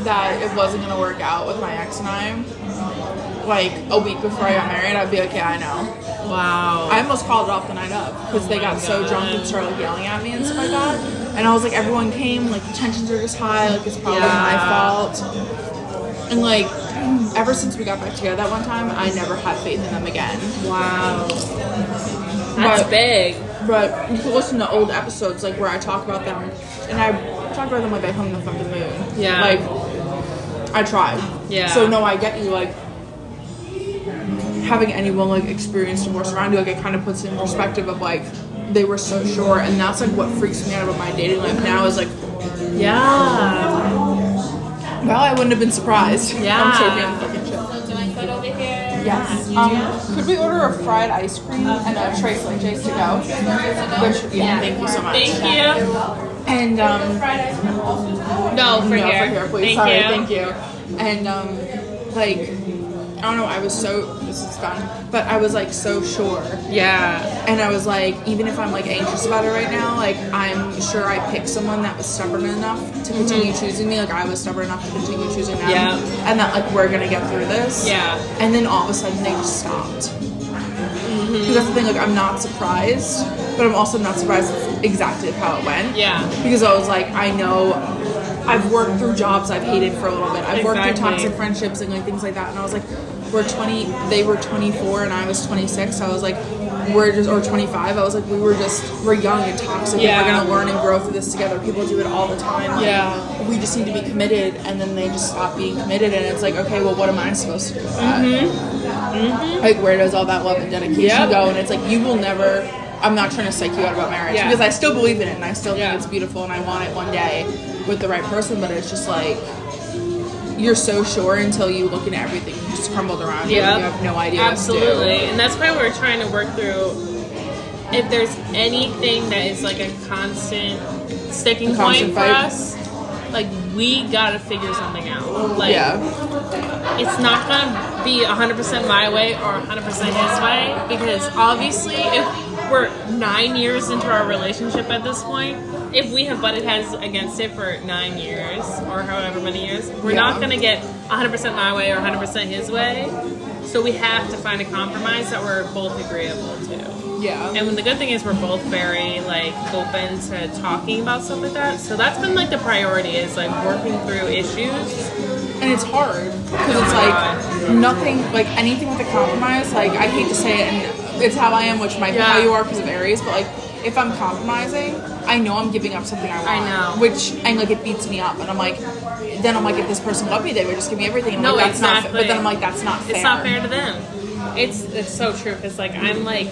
S1: that it wasn't gonna work out with my ex and I, like a week before I got married, I'd be like, yeah, I know.
S2: Wow.
S1: I almost called it off the night of because they got so
S2: God.
S1: drunk and started like, yelling at me and stuff like that. And I was like, everyone came, like the tensions are just high, like it's probably
S2: Yeah.
S1: my fault. And like, ever since we got back together that one time, I never had faith in them again.
S2: wow. That's
S1: But-
S2: big.
S1: But you can listen to old episodes like where I talk about them, and I talk about them like I hung the fucking moon.
S2: Yeah.
S1: Like I tried.
S2: Yeah.
S1: So no, I get you. Like having anyone like experience divorce around you, like it kind of puts it in perspective of like they were so sure, and that's like what freaks me out about my dating life now is like,
S2: Yeah.
S1: well, I wouldn't have been surprised. I'm
S2: Yeah.
S1: choking on the fucking chip.
S3: So doing good over here.
S1: Yes. Um, could we order a fried ice cream and a trace like Jay's to go? Which yeah, thank you so much.
S2: Thank you.
S1: And um.
S3: Fried ice cream also today.
S2: No, for
S1: No,
S2: here.
S1: for here, please.
S2: Thank
S1: Sorry,
S2: you.
S1: thank you. And um, like, I don't know. I was so this is fun. But I was like so sure.
S2: Yeah.
S1: And I was like, even if I'm like anxious about it right now, like I'm sure I picked someone that was stubborn enough to continue choosing me. Like I was stubborn enough to continue choosing them.
S2: Mm-hmm. Yeah.
S1: And that like we're gonna get through this.
S2: Yeah.
S1: And then all of a sudden they just stopped.
S2: Mm-hmm.
S1: 'Cause that's the thing. Like I'm not surprised, but I'm also not surprised it's exactly how it went.
S2: Yeah.
S1: Because I was like, I know. I've worked through jobs I've hated for a little bit. I've worked through
S2: Exactly.
S1: toxic friendships and like things like that. And I was like, we're 20, they were 24 and I was 26. So I was like, we're just, or 25. I was like, we were just, we're young and toxic.
S2: Yeah.
S1: And we're going to learn and grow through this together. People do it all the time. Like,
S2: Yeah.
S1: We just need to be committed. And then they just stop being committed. And it's like, okay, well, what am I supposed to do with that? Like, where does all that love and dedication
S2: Mm-hmm. Yep.
S1: go? And it's like, you will never, I'm not trying to psych you out about marriage
S2: Yeah.
S1: because I still believe in it and I still
S2: Yeah.
S1: think it's beautiful and I want it one day with the right person, but it's just like you're so sure until you look into everything just crumbled around you
S2: Yeah.
S1: and you have no idea. what to do.
S2: Absolutely. And that's why we're trying to work through if there's anything that is like a constant sticking
S1: A constant
S2: point for
S1: fight.
S2: us, like we gotta figure something out. Like
S1: yeah.
S2: it's not gonna be 100% my way or 100% his way because obviously if we're nine years into our relationship at this point if we have butted heads against it for nine years or however many years we're not
S1: Yeah.
S2: gonna get 100% my way or 100% his way so we have to find a compromise that we're both agreeable to
S1: Yeah.
S2: and when the good thing is we're both very like open to talking about stuff like that so that's been like the priority is like working through issues
S1: and it's hard
S2: Oh
S1: because it's like nothing like anything with a compromise like i hate to say it and it's how i am which might be how
S2: Yeah.
S1: you are because of aries but like if i'm compromising i know i'm giving up something i want
S2: I know.
S1: which and like it beats me up and i'm like then i'm like if this person loved me they would just give me everything and I'm
S2: No,
S1: like, that's not
S2: exactly.
S1: fa- but then i'm like that's not fair
S2: It's not fair to them. It's it's so true because like I'm like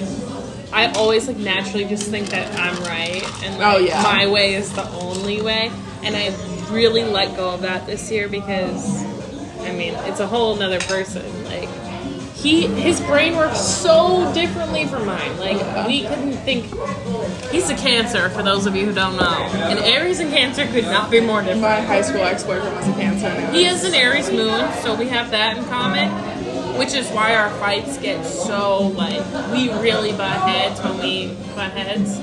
S2: I always like naturally just think that I'm right and like,
S1: Oh, yeah.
S2: my way is the only way, and I really let go of that this year because I mean it's a whole another person like. He his brain works so differently from mine. Like we couldn't think. He's a Cancer for those of you who don't know, and Aries and Cancer could not be more different.
S1: my high school ex-boyfriend was a cancer and I was-
S2: He is an Aries moon, so we have that in common, which is why our fights get so like we really butt heads when we butt heads.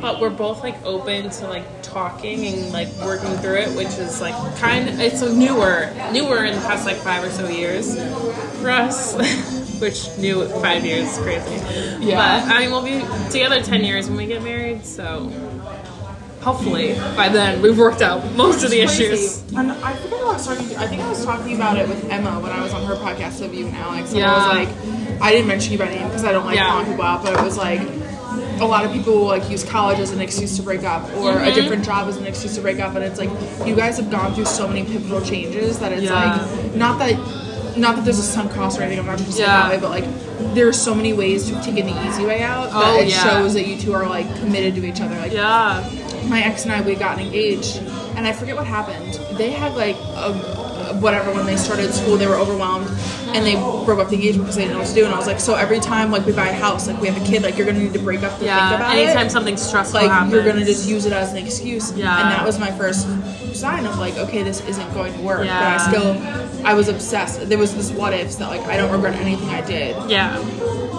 S2: But we're both like open to like talking and like working through it, which is like kind of it's a newer newer in the past like five or so years for us. Which new at five years is crazy.
S1: Yeah.
S2: But I mean we'll be together ten years when we get married, so hopefully by then we've worked out most of the issues.
S1: And I forget what I was talking to. I think I was talking about it with Emma when I was on her podcast of you and Alex. And
S2: Yeah.
S1: I was like, I didn't mention you by name because I don't like
S2: Yeah.
S1: calling people out, but it was like, a lot of people will like use college as an excuse to break up or
S2: Mm-hmm.
S1: a different job as an excuse to break up. And it's like, you guys have gone through so many pivotal changes that it's
S2: Yeah.
S1: like, not that. Not that there's a sunk cost or anything. I'm not just saying
S2: Yeah.
S1: that way, but like there are so many ways to have taken the easy way out that
S2: Oh,
S1: it
S2: yeah.
S1: shows that you two are like committed to each other. Like
S2: Yeah.
S1: my ex and I we had gotten engaged, and I forget what happened. They had like a, whatever when they started school, they were overwhelmed, and they broke up the engagement because they didn't know what to do. And I was like, so every time like we buy a house, like we have a kid, like you're gonna need to break up to think
S2: Yeah.
S1: about
S2: Anytime
S1: it.
S2: something stressful
S1: Like
S2: happens,
S1: you're gonna just use it as an excuse.
S2: Yeah.
S1: And that was my first sign of like, okay, this isn't going to work.
S2: Yeah.
S1: But I still, I was obsessed. There was this what ifs that like I don't regret anything I did
S2: Yeah.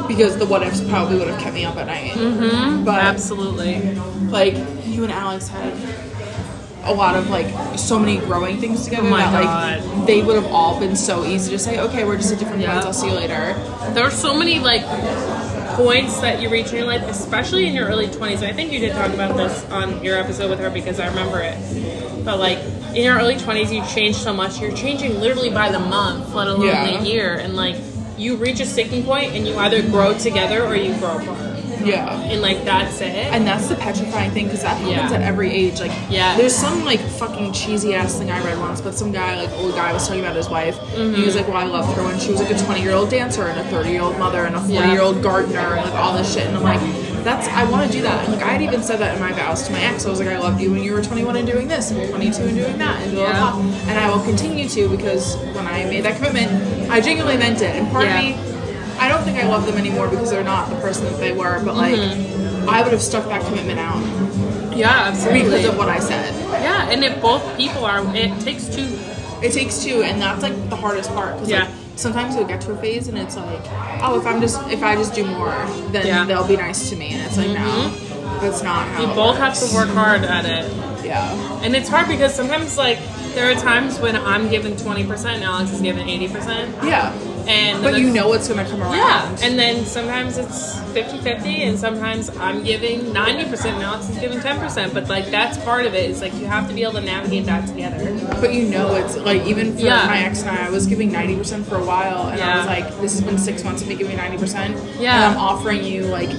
S1: because the what ifs probably would have kept me up at night. Mm-hmm. But
S2: Absolutely.
S1: like you and Alex had a lot of like so many growing things together
S2: Oh my
S1: that like
S2: God.
S1: they would have all been so easy to say, okay, we're just at different
S2: Yeah.
S1: points. I'll see you later.
S2: There are so many like points that you reach in your life, especially in your early twenties. I think you did talk about this on your episode with her because I remember it. But like in your early twenties, you change so much. You're changing literally by the month, let alone
S1: Yeah.
S2: the year. And like you reach a sticking point, and you either grow together or you grow apart.
S1: Yeah.
S2: And like that's it.
S1: And that's the petrifying thing because that happens
S2: Yeah.
S1: at every age. Like,
S2: Yeah.
S1: there's some like fucking cheesy ass thing I read once, but some guy, like old guy, was talking about his wife. He
S2: Mm-hmm.
S1: was like, "Well, I loved her when she was like a 20 year old dancer and a 30 year old mother and a 40
S2: Yeah.
S1: year old gardener and like all this shit." And I'm like, "That's I want to do that." And like I had even said that in my vows to my ex. I was like, "I loved you when you were 21 and doing this, and 22 and doing that, and blah blah
S2: Yeah.
S1: blah." And I will continue to because when I made that commitment, I genuinely meant it. And part
S2: Yeah.
S1: of me I don't think I love them anymore because they're not the person that they were, but like
S2: Mm-hmm.
S1: I would have stuck that commitment out
S2: yeah, absolutely.
S1: because of what I said.
S2: yeah, and if both people are, it takes two
S1: It takes two, and that's like the hardest part because
S2: Yeah.
S1: like, sometimes you'll get to a phase and it's like, oh, if I'm just if I just do more, then
S2: Yeah.
S1: they'll be nice to me, and it's like no, that's not how.
S2: We
S1: it
S2: both have
S1: works.
S2: to work hard at it.
S1: Yeah,
S2: And it's hard because sometimes, like, there are times when I'm given 20% and Alex is given 80%.
S1: yeah,
S2: And
S1: but you
S2: that's-
S1: know what's gonna come around.
S2: Yeah, and then sometimes it's 50 50, and sometimes I'm giving 90%, and Alex is giving 10%. But like, that's part of it. It's like you have to be able to navigate that together.
S1: But you know it's like even for
S2: Yeah.
S1: my ex and I, I was giving ninety percent for a while, and I
S2: Yeah.
S1: was like, this has been six months of me giving ninety percent.
S2: Yeah.
S1: and I'm offering you like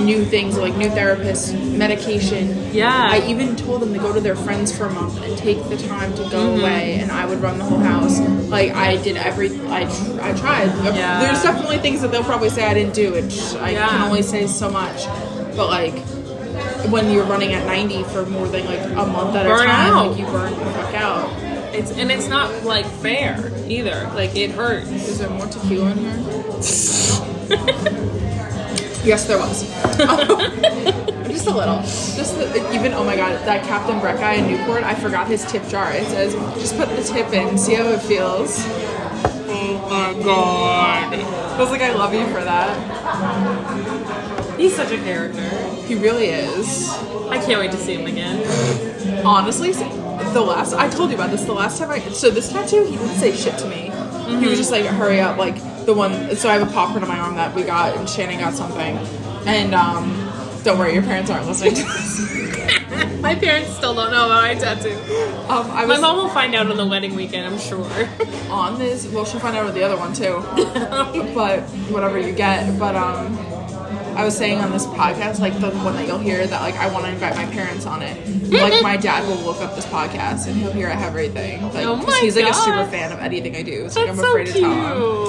S1: new things, like new therapists, medication.
S2: Yeah.
S1: I even told them to go to their friends for a month and take the time to go
S2: Mm-hmm.
S1: away, and I would run the whole house. Like I did every, I tr- I tried.
S2: Yeah.
S1: There's definitely things that they'll probably say I didn't do, and sh- I
S2: Yeah.
S1: can only say so much, but like. When you're running at 90 for more than like a month at a
S2: Burn
S1: time,
S2: out.
S1: like you burn the fuck out.
S2: It's And it's not like fair either. Like, it hurts.
S1: Is there more tequila in here? yes, there was. just a little. Just the, even, oh my god, that Captain Brett guy in Newport, I forgot his tip jar. It says, just put the tip in, see how it feels.
S2: Oh my god.
S1: I was like, I love you for that.
S2: He's such a character.
S1: He really is.
S2: I can't wait to see him again.
S1: Honestly, the last, I told you about this, the last time I, so this tattoo, he didn't say shit to me. He was just like, hurry up, like, the one, so I have a paw print on my arm that we got, and Shannon got something. And, um, don't worry, your parents aren't listening to this.
S2: My parents still don't know about my tattoo.
S1: Um, I
S2: My
S1: was
S2: mom will find out on the wedding weekend, I'm sure.
S1: on this. Well, she'll find out with the other one too. but whatever you get. But um, I was saying on this podcast, like the one that you'll hear, that like I want to invite my parents on it. like my dad will look up this podcast and he'll hear I have everything. Like
S2: Oh
S1: 'cause
S2: my
S1: he's like a super
S2: God.
S1: fan of anything I do. So like,
S2: That's
S1: I'm
S2: so
S1: afraid to tell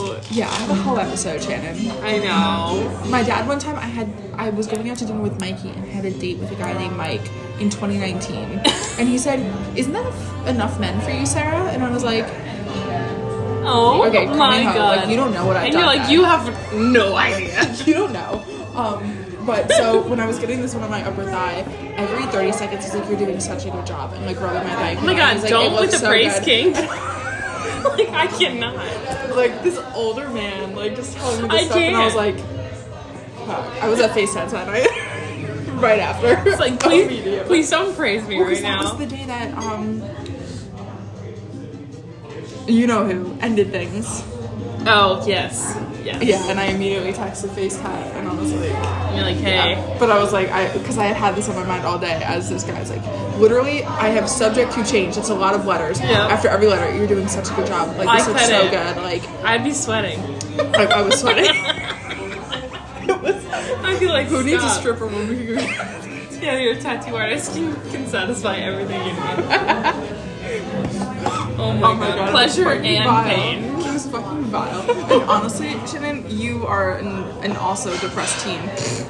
S1: him.
S2: cute.
S1: Yeah, I have a whole episode, Shannon.
S2: I know.
S1: My dad one time I had I was going out to dinner with Mikey and had a date with a guy named Mike in 2019, and he said, "Isn't that enough- enough men for you, Sarah?" And I was like.
S2: Oh
S1: Okay, call me
S2: my
S1: home.
S2: god.
S1: Like, you don't know what I've
S2: And
S1: done
S2: you're like,
S1: then.
S2: you have no idea.
S1: you don't know. Um, but so when I was getting this one on my upper thigh, every 30 seconds he's like, "You're doing such a good job," and like rubbing my thigh.
S2: Oh my god, don't with the praise king. like, I cannot.
S1: Like this older man, like just telling me this
S2: I
S1: stuff, and I was like,
S2: can't.
S1: fuck. I was at FaceTime that night, right after.
S2: It's like, please,
S1: Immediately.
S2: please don't praise me
S1: Well, 'cause
S2: right
S1: that was
S2: now.
S1: the day that um, you know who ended things.
S2: oh, yes. Yes.
S1: Yeah, and I immediately texted FaceTime, and I was like.
S2: And you're like, hey.
S1: But I was like, I because I had had this on my mind all day as this guy's like, literally, I have subject to change. It's a lot of letters.
S2: Yeah.
S1: After every letter, you're doing such a good job. Like
S2: I
S1: this looks so
S2: couldn't.
S1: good. Like,
S2: I'd be sweating.
S1: like I was sweating. it was.
S2: I'd be like,
S1: Who needs a
S2: stop.
S1: stripper when we can
S2: Yeah, your tattoo artist can, can satisfy everything you need. oh my,
S1: Oh my
S2: god.
S1: god. it
S2: Pleasure
S1: was fucking
S2: and
S1: vile.
S2: pain.
S1: It was fucking vile. And honestly, Shannon, you are an, an also depressed teen.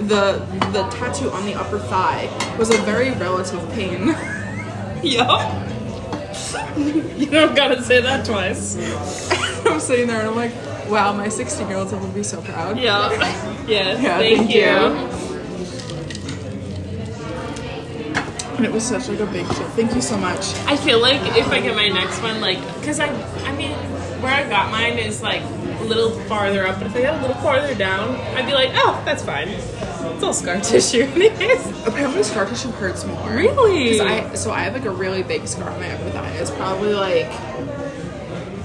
S1: The the tattoo on the upper thigh was a very relative pain.
S2: Yup. you don't gotta say that twice.
S1: I'm sitting there and I'm like, wow, my 16 year old would be so proud.
S2: Yeah. Yes.
S1: Yeah,
S2: thank,
S1: thank
S2: you.
S1: you. And it was such like a big deal. Thank you so much.
S2: I feel like if I get my next one, like, cause I, I mean, where I got mine is like a little farther up, but if I got a little farther down, I'd be like, oh, that's fine. It's all scar tissue. anyways.
S1: Apparently, scar tissue hurts more.
S2: Really?
S1: 'Cause I so I have like a really big scar on my upper thigh. It's probably like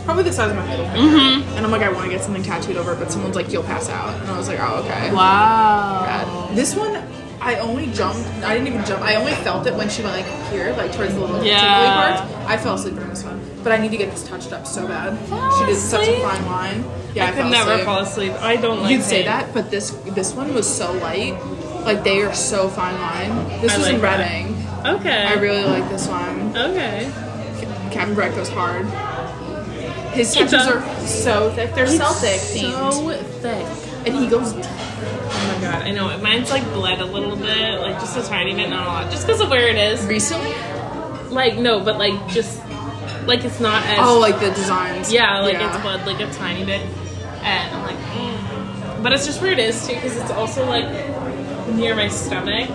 S1: probably the size of my middle finger.
S2: Mm-hmm.
S1: And I'm like, I want to get something tattooed over, it, but someone's like, you'll pass out. And I was like, oh okay.
S2: wow.
S1: Bad. This one. I only jumped. I didn't even jump. I only felt it when she went like here, like towards the little
S2: Yeah.
S1: tingly part. I fell asleep on this one, but I need to get this touched up so bad. she did such a
S2: asleep?
S1: fine line. Yeah,
S2: I
S1: I,
S2: could
S1: fell
S2: never
S1: asleep.
S2: fall asleep. I don't like.
S1: You'd say
S2: pain.
S1: that, but this this one was so light. Like they are so fine line. This
S2: I
S1: was in
S2: like that.
S1: Reading.
S2: Okay.
S1: I really like this one.
S2: Okay.
S1: Captain Breck goes hard. His
S2: He
S1: tattoos
S2: does.
S1: are so thick. They're Celtic themed,
S2: So thick.
S1: and he goes. deep.
S2: Oh my god, I know. Mine's like bled a little bit, like just a tiny bit, not a lot, just because of where it is.
S1: Recently?
S2: Like no, but like just like it's not as
S1: Oh, like the designs.
S2: Yeah, like it's blood like a tiny bit, and I'm like, mm. but it's just where it is too, because it's also like near my stomach.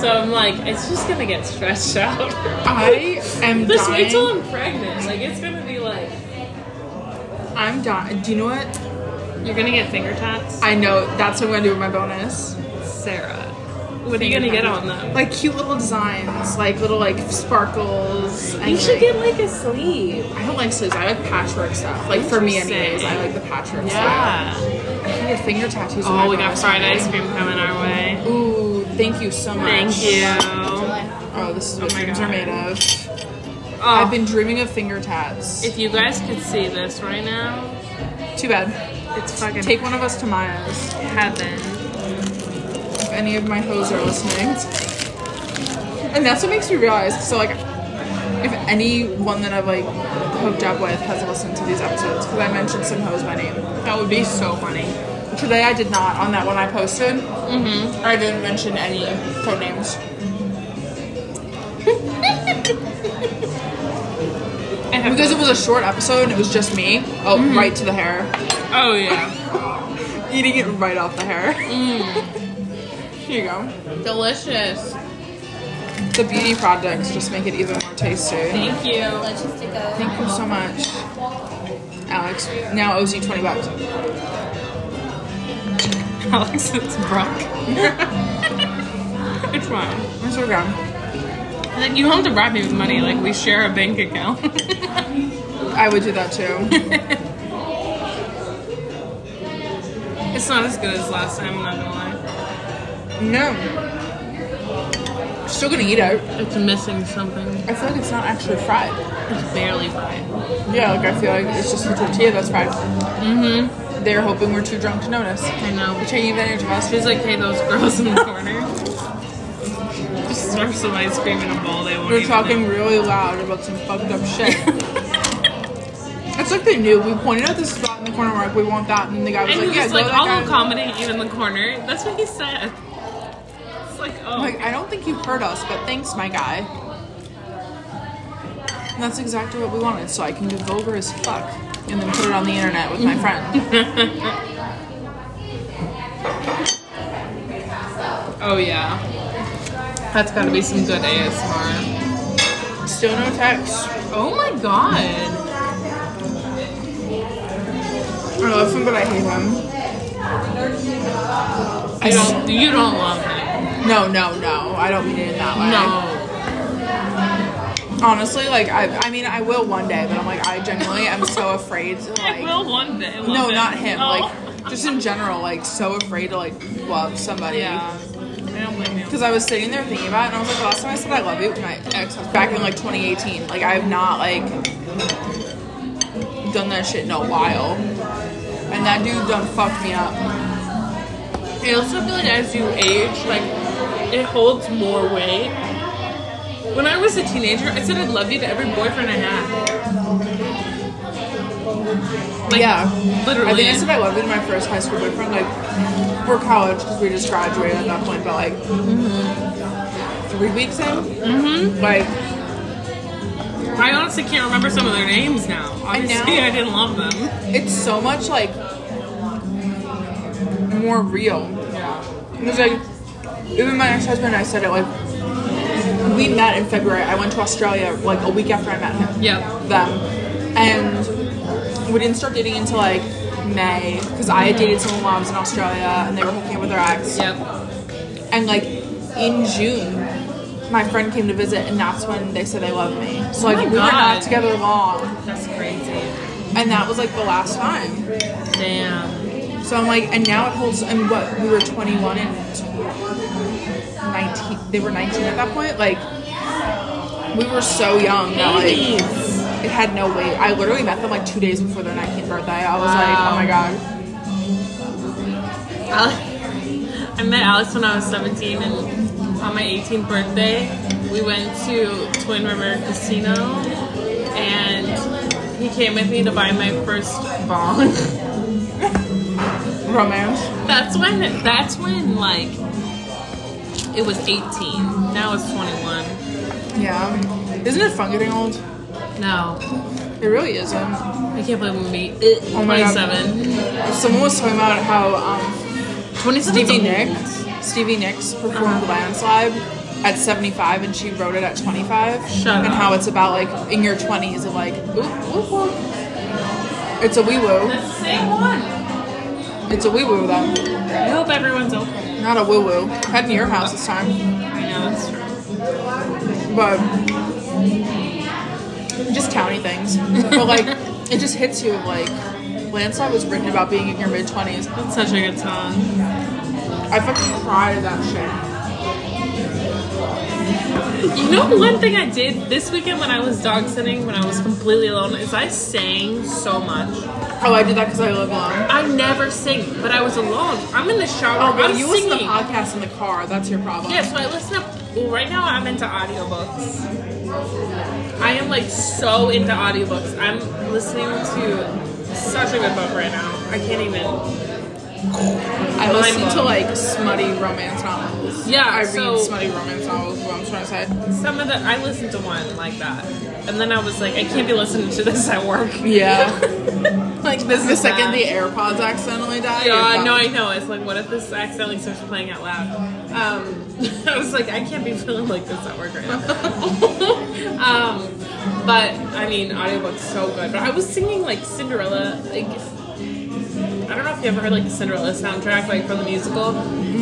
S2: So I'm like, it's just gonna get stretched out.
S1: I am
S2: Just
S1: dying.
S2: wait till I'm pregnant. Like it's gonna be like,
S1: I'm done. Do you know what?
S2: You're gonna get finger tats,
S1: I know that's what I'm gonna do with my bonus.
S2: Sarah. What are you gonna get on them?
S1: Like cute little designs, like little like sparkles. and,
S2: You should
S1: like-
S2: get like a sleeve.
S1: I don't like sleeves. I like patchwork stuff. Like for me, anyways, I like the patchwork stuff. I can get finger tattoos. with my
S2: Oh, we got
S1: bonus.
S2: fried ice cream coming our way.
S1: Ooh, thank you so much.
S2: Thank you.
S1: Oh, this is what
S2: Oh my
S1: dreams
S2: God.
S1: are made of.
S2: Oh,
S1: I've been dreaming of finger tats.
S2: if you guys could see this right now,
S1: Too bad.
S2: it's fucking
S1: Take one of us to Maya's.
S2: heaven.
S1: If any of my hoes are listening. And that's what makes me realize. So like, if anyone that I've like hooked up with has listened to these episodes, because I mentioned some hoes by name, that would be so funny. Today I did not on that one I posted. Mm-hmm. I didn't mention any code names.
S2: I have
S1: Because it was a short episode and it was just me. Oh, right to the hair.
S2: oh yeah,
S1: Eating it right off the hair. Here you go.
S2: delicious.
S1: The beauty products just make it even more tasty.
S2: Thank you.
S3: Let's just take a.
S1: Thank you so much, Alex. Now owes you twenty bucks.
S2: Alex, it's Brooke. it's fine.
S1: It's okay.
S2: Like you don't have to bribe me with money. Like we share a bank account.
S1: I would do that too.
S2: it's not as good as last time. I'm not gonna lie.
S1: no. Still gonna eat it.
S2: It's missing something.
S1: I feel like it's not actually fried.
S2: It's barely fried.
S1: Yeah, like I feel like it's just the tortilla that's fried. Mm-hmm. They're hoping we're too drunk to notice.
S2: I know.
S1: They're taking advantage of us.
S2: She's like, hey, those girls in the corner. Just serve some ice cream in a bowl. They won't.
S1: We're
S2: even
S1: talking
S2: know.
S1: really loud about some fucked up shit. it's like they knew. We pointed out this spot in the corner, we're like, we want that, and the guy was
S2: And he
S1: like, yeah,
S2: was
S1: go to
S2: like,
S1: that
S2: I'll
S1: guy."
S2: accommodate you in the corner. That's what he said. It's like, oh.
S1: I'm like, I don't think you heard us, but thanks, my guy. And that's exactly what we wanted, so I can be vulgar as fuck and then put it on the internet with my friend.
S2: oh, yeah. That's gotta be some good ASMR.
S1: Still no text.
S2: Oh my god.
S1: I love him, but I hate him.
S2: I don't, you don't love him.
S1: No, no, no. I don't mean it in that way.
S2: No.
S1: Honestly, like, I, I mean, I will one day, but I'm like, I genuinely am so afraid to,
S2: I
S1: like,
S2: will one day. love
S1: No, not him.
S2: Oh.
S1: Like just in general, like so afraid to like love somebody.
S2: yeah. I don't blame you.
S1: Because I was sitting there thinking about it, and I was like, last time I said I love you to my ex was back in like 2018. Like I've not like done that shit in a while, and that dude done fucked me up.
S2: I also feel like as you age, like it holds more weight. When I was a teenager, I said I love you to every boyfriend I had. Like,
S1: Yeah. I
S2: literally.
S1: think I said I love you to my first high school boyfriend, like or college because we just graduated at that point, but like
S2: Mm-hmm.
S1: three weeks in, like
S2: I honestly can't remember some of their names now. Obviously,
S1: know.
S2: I, didn't love them.
S1: it's so much like more real.
S2: Yeah.
S1: It was like, even my ex-husband, I said it like, we met in February. I went to Australia like a week after I met him.
S2: Yep.
S1: Them. And we didn't start dating until like May because I had dated some moms in Australia and they were hooking up with their ex.
S2: Yep.
S1: And like in June, my friend came to visit and that's when they said they loved me. So like
S2: Oh my
S1: we were
S2: God.
S1: not together long
S2: That's crazy.
S1: and that was like the last time.
S2: Damn.
S1: So I'm like, and now it holds. And what we were 21 and 19. They were 19 at that point. Like we were so young that like
S2: Babies.
S1: it had no weight. I literally met them like two days before their 19th birthday. I was
S2: Wow.
S1: like, oh my god.
S2: Ale- I met Alex when I was 17, and on my 18th birthday, we went to Twin River Casino, and he came with me to buy my first bong.
S1: Romance.
S2: that's when. That's when like it was 18. Now it's 21.
S1: Yeah. Isn't it fun getting old?
S2: No,
S1: It really isn't.
S2: I can't believe I'm gonna be eh,
S1: Oh my God.
S2: 27.
S1: Someone was talking about how um,
S2: 27 's
S1: Stevie
S2: old.
S1: Nicks, Stevie Nicks performed Landslide at 75 and she wrote it at 25.
S2: Shut
S1: and
S2: up.
S1: how it's about like in your 20s of like, oop, oop, oop. It's a wee woo.
S2: That's the same one.
S1: It's a wee woo though.
S2: I hope everyone's okay.
S1: Not a woo woo. Head to your house this time.
S2: I know that's true.
S1: But just towny things. But like it just hits you like Landslide was written about being in your mid twenties.
S2: That's such a good song.
S1: I fucking cried at that shit.
S2: You know, one thing I did this weekend when I was dog sitting, when I was completely alone, is I sang so much.
S1: Oh, I did that because I live alone.
S2: I never sing, but I was alone. I'm in the
S1: Oh,
S2: shower.
S1: but
S2: I'm
S1: you
S2: singing.
S1: listen to podcasts in the car. That's your problem.
S2: Yeah, so I listen to. Well, right now I'm into audiobooks. I am like so into audiobooks. I'm listening to such a good book right now. I can't even.
S1: I listen to
S2: blown.
S1: like smutty romance novels.
S2: Yeah,
S1: I read
S2: so-
S1: smutty romance novels. Is what I'm trying to say.
S2: Some of the. I listened to one like that. And then I was like, I can't be listening to this at work.
S1: Yeah. like this, the
S2: is
S1: second
S2: bad.
S1: the AirPods accidentally died.
S2: Yeah,
S1: you're
S2: no, I
S1: fucked.
S2: know. It's like, what if this accidentally starts playing out loud? Um, I was like, I can't be feeling like this at work right now. um, but I mean, audiobook's so good. But I was singing like Cinderella. Like, I don't know if you ever heard like the Cinderella soundtrack, like from the musical.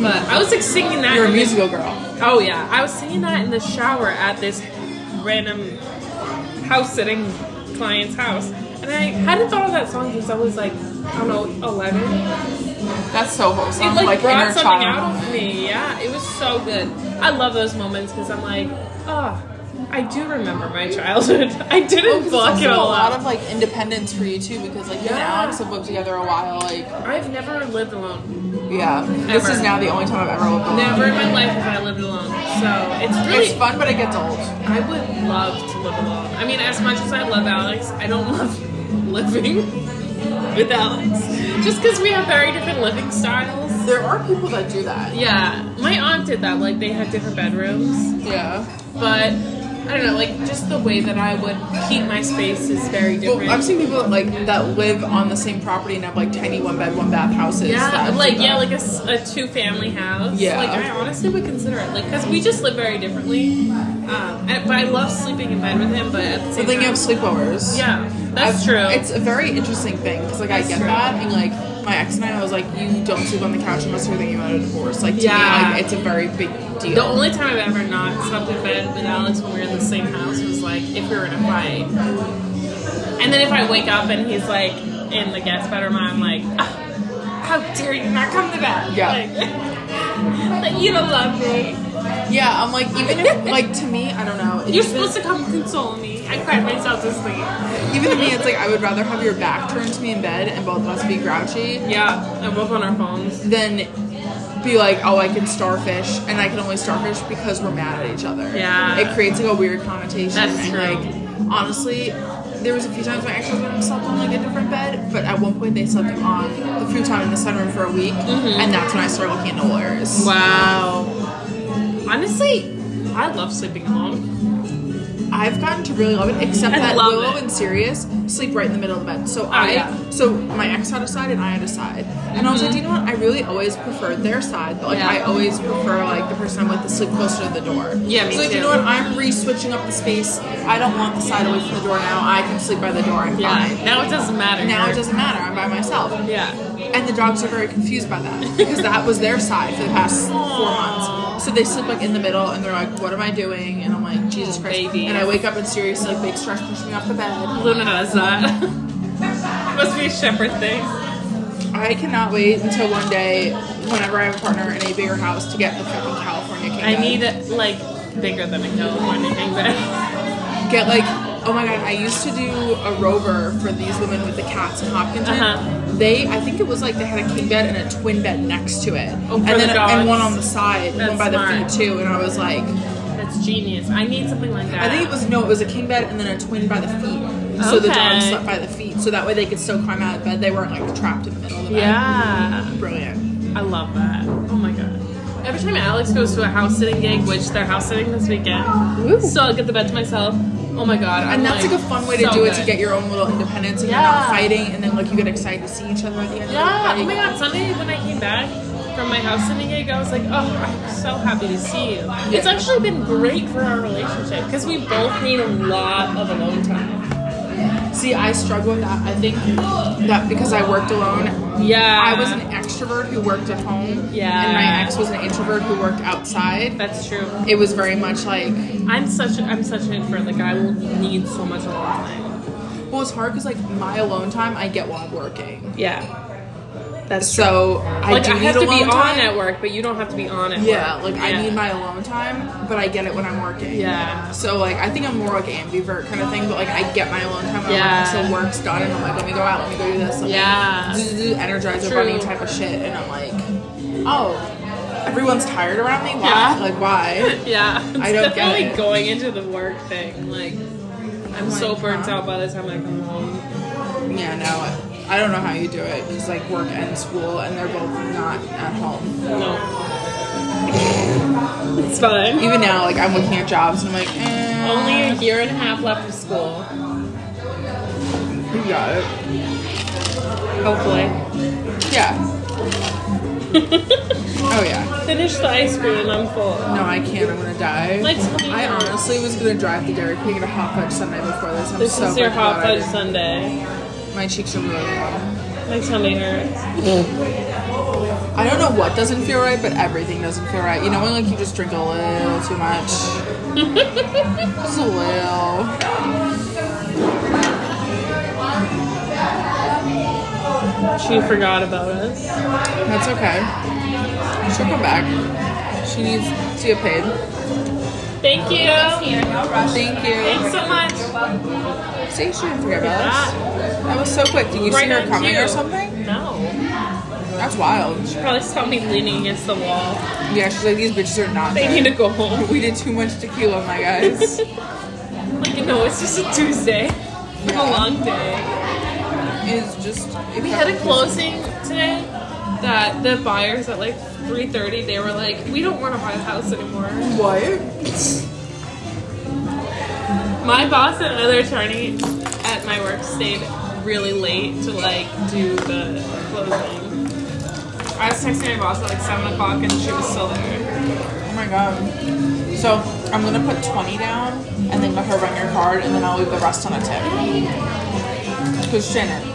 S2: But I was like singing that.
S1: You're a
S2: in the-
S1: musical girl.
S2: Oh yeah, I was singing that in the shower at this random house sitting client's house, and I hadn't thought of that song since I was like, I don't know, eleven.
S1: That's so wholesome.
S2: It like, brought
S1: inner
S2: something
S1: child.
S2: out of me. Yeah, it was so good. I love those moments because I'm like, oh, I do remember my childhood. I didn't
S1: It's
S2: block
S1: also
S2: it
S1: Oh, a
S2: all
S1: lot
S2: out.
S1: of like independence for you too, because like you and
S2: Yeah.
S1: Alex have lived together a while. Like,
S2: I've never lived alone.
S1: yeah, this
S2: Never.
S1: is now the only time I've ever lived alone.
S2: Never in my life have I lived alone. So it's really,
S1: It's fun, but it gets old.
S2: I would love to live alone. I mean, as much as I love Alex, I don't love living with Alex. Just because we have very different living styles.
S1: There are people that do that.
S2: Yeah, my aunt did that. Like, they had different bedrooms.
S1: Yeah.
S2: but I don't know, like just the way that I would keep my space is very different.
S1: Well, I've seen people that, like that live on the same property and have like tiny one bed, one bath houses.
S2: yeah,
S1: that-
S2: like yeah, like a, two family house.
S1: Yeah.
S2: like I honestly would consider it, like because we just live very differently. Um, and, but I love sleeping in bed with him. But at the
S1: the
S2: same
S1: thing
S2: time,
S1: of sleepovers.
S2: yeah, that's
S1: I've-
S2: true.
S1: It's a very interesting thing because like I
S2: That's
S1: get
S2: true.
S1: that and like my ex and I, I was like, you don't sleep on the couch unless you're thinking about a divorce. Like to
S2: Yeah.
S1: me, like it's a very big deal.
S2: the only time I've ever not slept in bed with Alex when we were in the same house was like if we were in a fight. And then if I wake up and he's like in the guest bedroom, I'm like, "Ah, how dare you not come to bed?
S1: Yeah.
S2: Like, like, you don't love me.
S1: yeah, I'm like even if like to me, I don't know. It's
S2: You're supposed to come console me. I cried myself to sleep.
S1: even to me, it's like I would rather have your back turned to me in bed and both of us be grouchy
S2: Yeah, and both on our phones.
S1: than be like, oh, I can starfish and I can only starfish because we're mad at each other.
S2: Yeah.
S1: it creates like a weird connotation.
S2: That's
S1: and,
S2: true.
S1: Like honestly. There was a few times my ex-husband slept on like a different bed, but at one point they slept on the futon in the sunroom for a week,
S2: Mm-hmm.
S1: and that's when I started looking into lawyers.
S2: Wow. Honestly, I love sleeping alone.
S1: I've gotten to really love it, except
S2: I
S1: that
S2: love
S1: Willow
S2: it. Oh,
S1: and Sirius sleep right in the middle of the bed. So I,
S2: yeah. Mm-hmm.
S1: so my ex had a side and I had a side, and I was like, you know what? I really always preferred their side. Like
S2: Yeah.
S1: I always prefer like the person I'm with to sleep closer to the door.
S2: Yeah, me
S1: so like,
S2: too.
S1: you know what? I'm re-switching up the space. I don't want the side away from the door now. I can sleep by the door. I'm fine.
S2: Now it doesn't matter.
S1: Now it doesn't matter. I'm by myself.
S2: Yeah.
S1: And the dogs are very confused by that because that was their side for the past four months. So they sleep like in the middle, and they're like, "What am I doing?" And I'm like, "Jesus
S2: Oh,
S1: Christ!"
S2: baby.
S1: And I wake up and seriously, like, big stress pushed me off the bed.
S2: Luna does that. Must be a shepherd thing.
S1: I cannot wait until one day, whenever I have a partner in a bigger house, to get the fucking California king.
S2: I
S1: bed.
S2: need it like bigger than a California king bed.
S1: get like, oh my god, I used to do a rover for these women with the cats in Hopkinton.
S2: Uh-huh.
S1: They, I think it was like they had a king bed and a twin bed next to it,
S2: Oh,
S1: and
S2: for
S1: then
S2: the
S1: and
S2: dogs.
S1: one on the side,
S2: That's
S1: one by the
S2: smart.
S1: feet too. And I was like.
S2: That's genius. I need something like that.
S1: I think it was no, it was a king bed and then a twin by the feet. So the dog
S2: Okay.
S1: slept by the feet, so that way they could still climb out of bed. They weren't like trapped in the middle of the bed.
S2: Yeah,
S1: Brilliant.
S2: I love that. Oh my god. Every time Alex goes to a house sitting gig, which they're house sitting this weekend,
S1: Ooh.
S2: so I'll get the bed to myself. Oh my god. I'm
S1: And that's like a fun way to
S2: so
S1: do it to
S2: good.
S1: get your own little independence and you're not
S2: Yeah.
S1: fighting and then like you get excited to see each other at the end
S2: Yeah.
S1: of the
S2: Oh my
S1: day.
S2: god. Sunday when I came back from my house sitting gig, I was like, oh, I'm so happy to see you. It's actually been great for our relationship because we both need a lot of alone time.
S1: See, I struggle with that. I think that because I worked alone,
S2: Yeah.
S1: I was an extrovert who worked at home,
S2: Yeah.
S1: and my ex was an introvert who worked outside.
S2: That's true.
S1: It was very much like,
S2: I'm such a, I'm such an introvert. Like I will need so much alone time.
S1: well, it's hard because like my alone time I get while I'm working,
S2: Yeah. That's true.
S1: so I
S2: like
S1: do
S2: I have
S1: need
S2: to be
S1: alone time.
S2: on at work, but you don't have to be on at
S1: Yeah,
S2: work.
S1: like I need my alone time, but I get it when I'm working.
S2: Yeah.
S1: So like I think I'm more like ambivert kind of thing, but like I get my alone time. When
S2: Yeah.
S1: I'm working, so work's done, and I'm like, let me go out, let me go do this. Let me
S2: Yeah.
S1: do- do- do Energizer
S2: True.
S1: bunny type of shit, and I'm like, oh, everyone's tired around me. Why?
S2: Yeah.
S1: Like why?
S2: Yeah, it's
S1: I don't get
S2: definitely
S1: it.
S2: going into the work thing. Like, I'm so
S1: like,
S2: burnt
S1: huh?
S2: out by the time I come home.
S1: yeah. No, I don't know how you do it because like work and school, and they're both not at home.
S2: No, it's fine.
S1: Even now, like I'm looking at jobs, and I'm like, eh,
S2: Only a year and a half left of school.
S1: you got it.
S2: Hopefully,
S1: Yeah. oh yeah.
S2: finish the ice cream and I'm full.
S1: No, I can't. I'm gonna die.
S2: Like, twenty
S1: I
S2: minutes.
S1: honestly was gonna drive to Dairy Queen and get a hot fudge sundae before this. I'm
S2: This
S1: so
S2: is your
S1: glad
S2: hot
S1: I
S2: fudge
S1: didn't.
S2: Sunday.
S1: My cheeks are really warm.
S2: My tummy hurts.
S1: I don't know what doesn't feel right, but everything doesn't feel right. You know when like you just drink a little too much, just a little.
S2: She forgot about us.
S1: That's okay. She'll come back. She needs to get paid.
S2: Thank you.
S1: Thank you.
S2: Thanks so much.
S1: See, she didn't forget about us.
S2: That.
S1: That was so quick. Did you
S2: Right
S1: see her
S2: on
S1: coming
S2: cue.
S1: or something?
S2: No.
S1: That's wild.
S2: Probably saw me leaning against the wall.
S1: Yeah, she's like these bitches are not.
S2: They
S1: There.
S2: need to go home.
S1: We did too much tequila, my guys.
S2: Like, no, it's just a Tuesday. It's a
S1: Yeah.
S2: long day.
S1: is just
S2: We had a closing today that the buyers at like 3:30 they were like, "We don't want to buy the house anymore."
S1: What?
S2: My boss and other attorney at my work stayed really late to like do the closing. I was texting my boss at like seven o'clock and she was still there.
S1: Oh my god. So I'm gonna put twenty down and then let her run your card and then I'll leave the rest on a tip. Cause Shannon.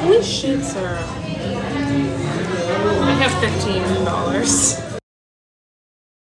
S2: Holy shit, sir! I have fifteen dollars.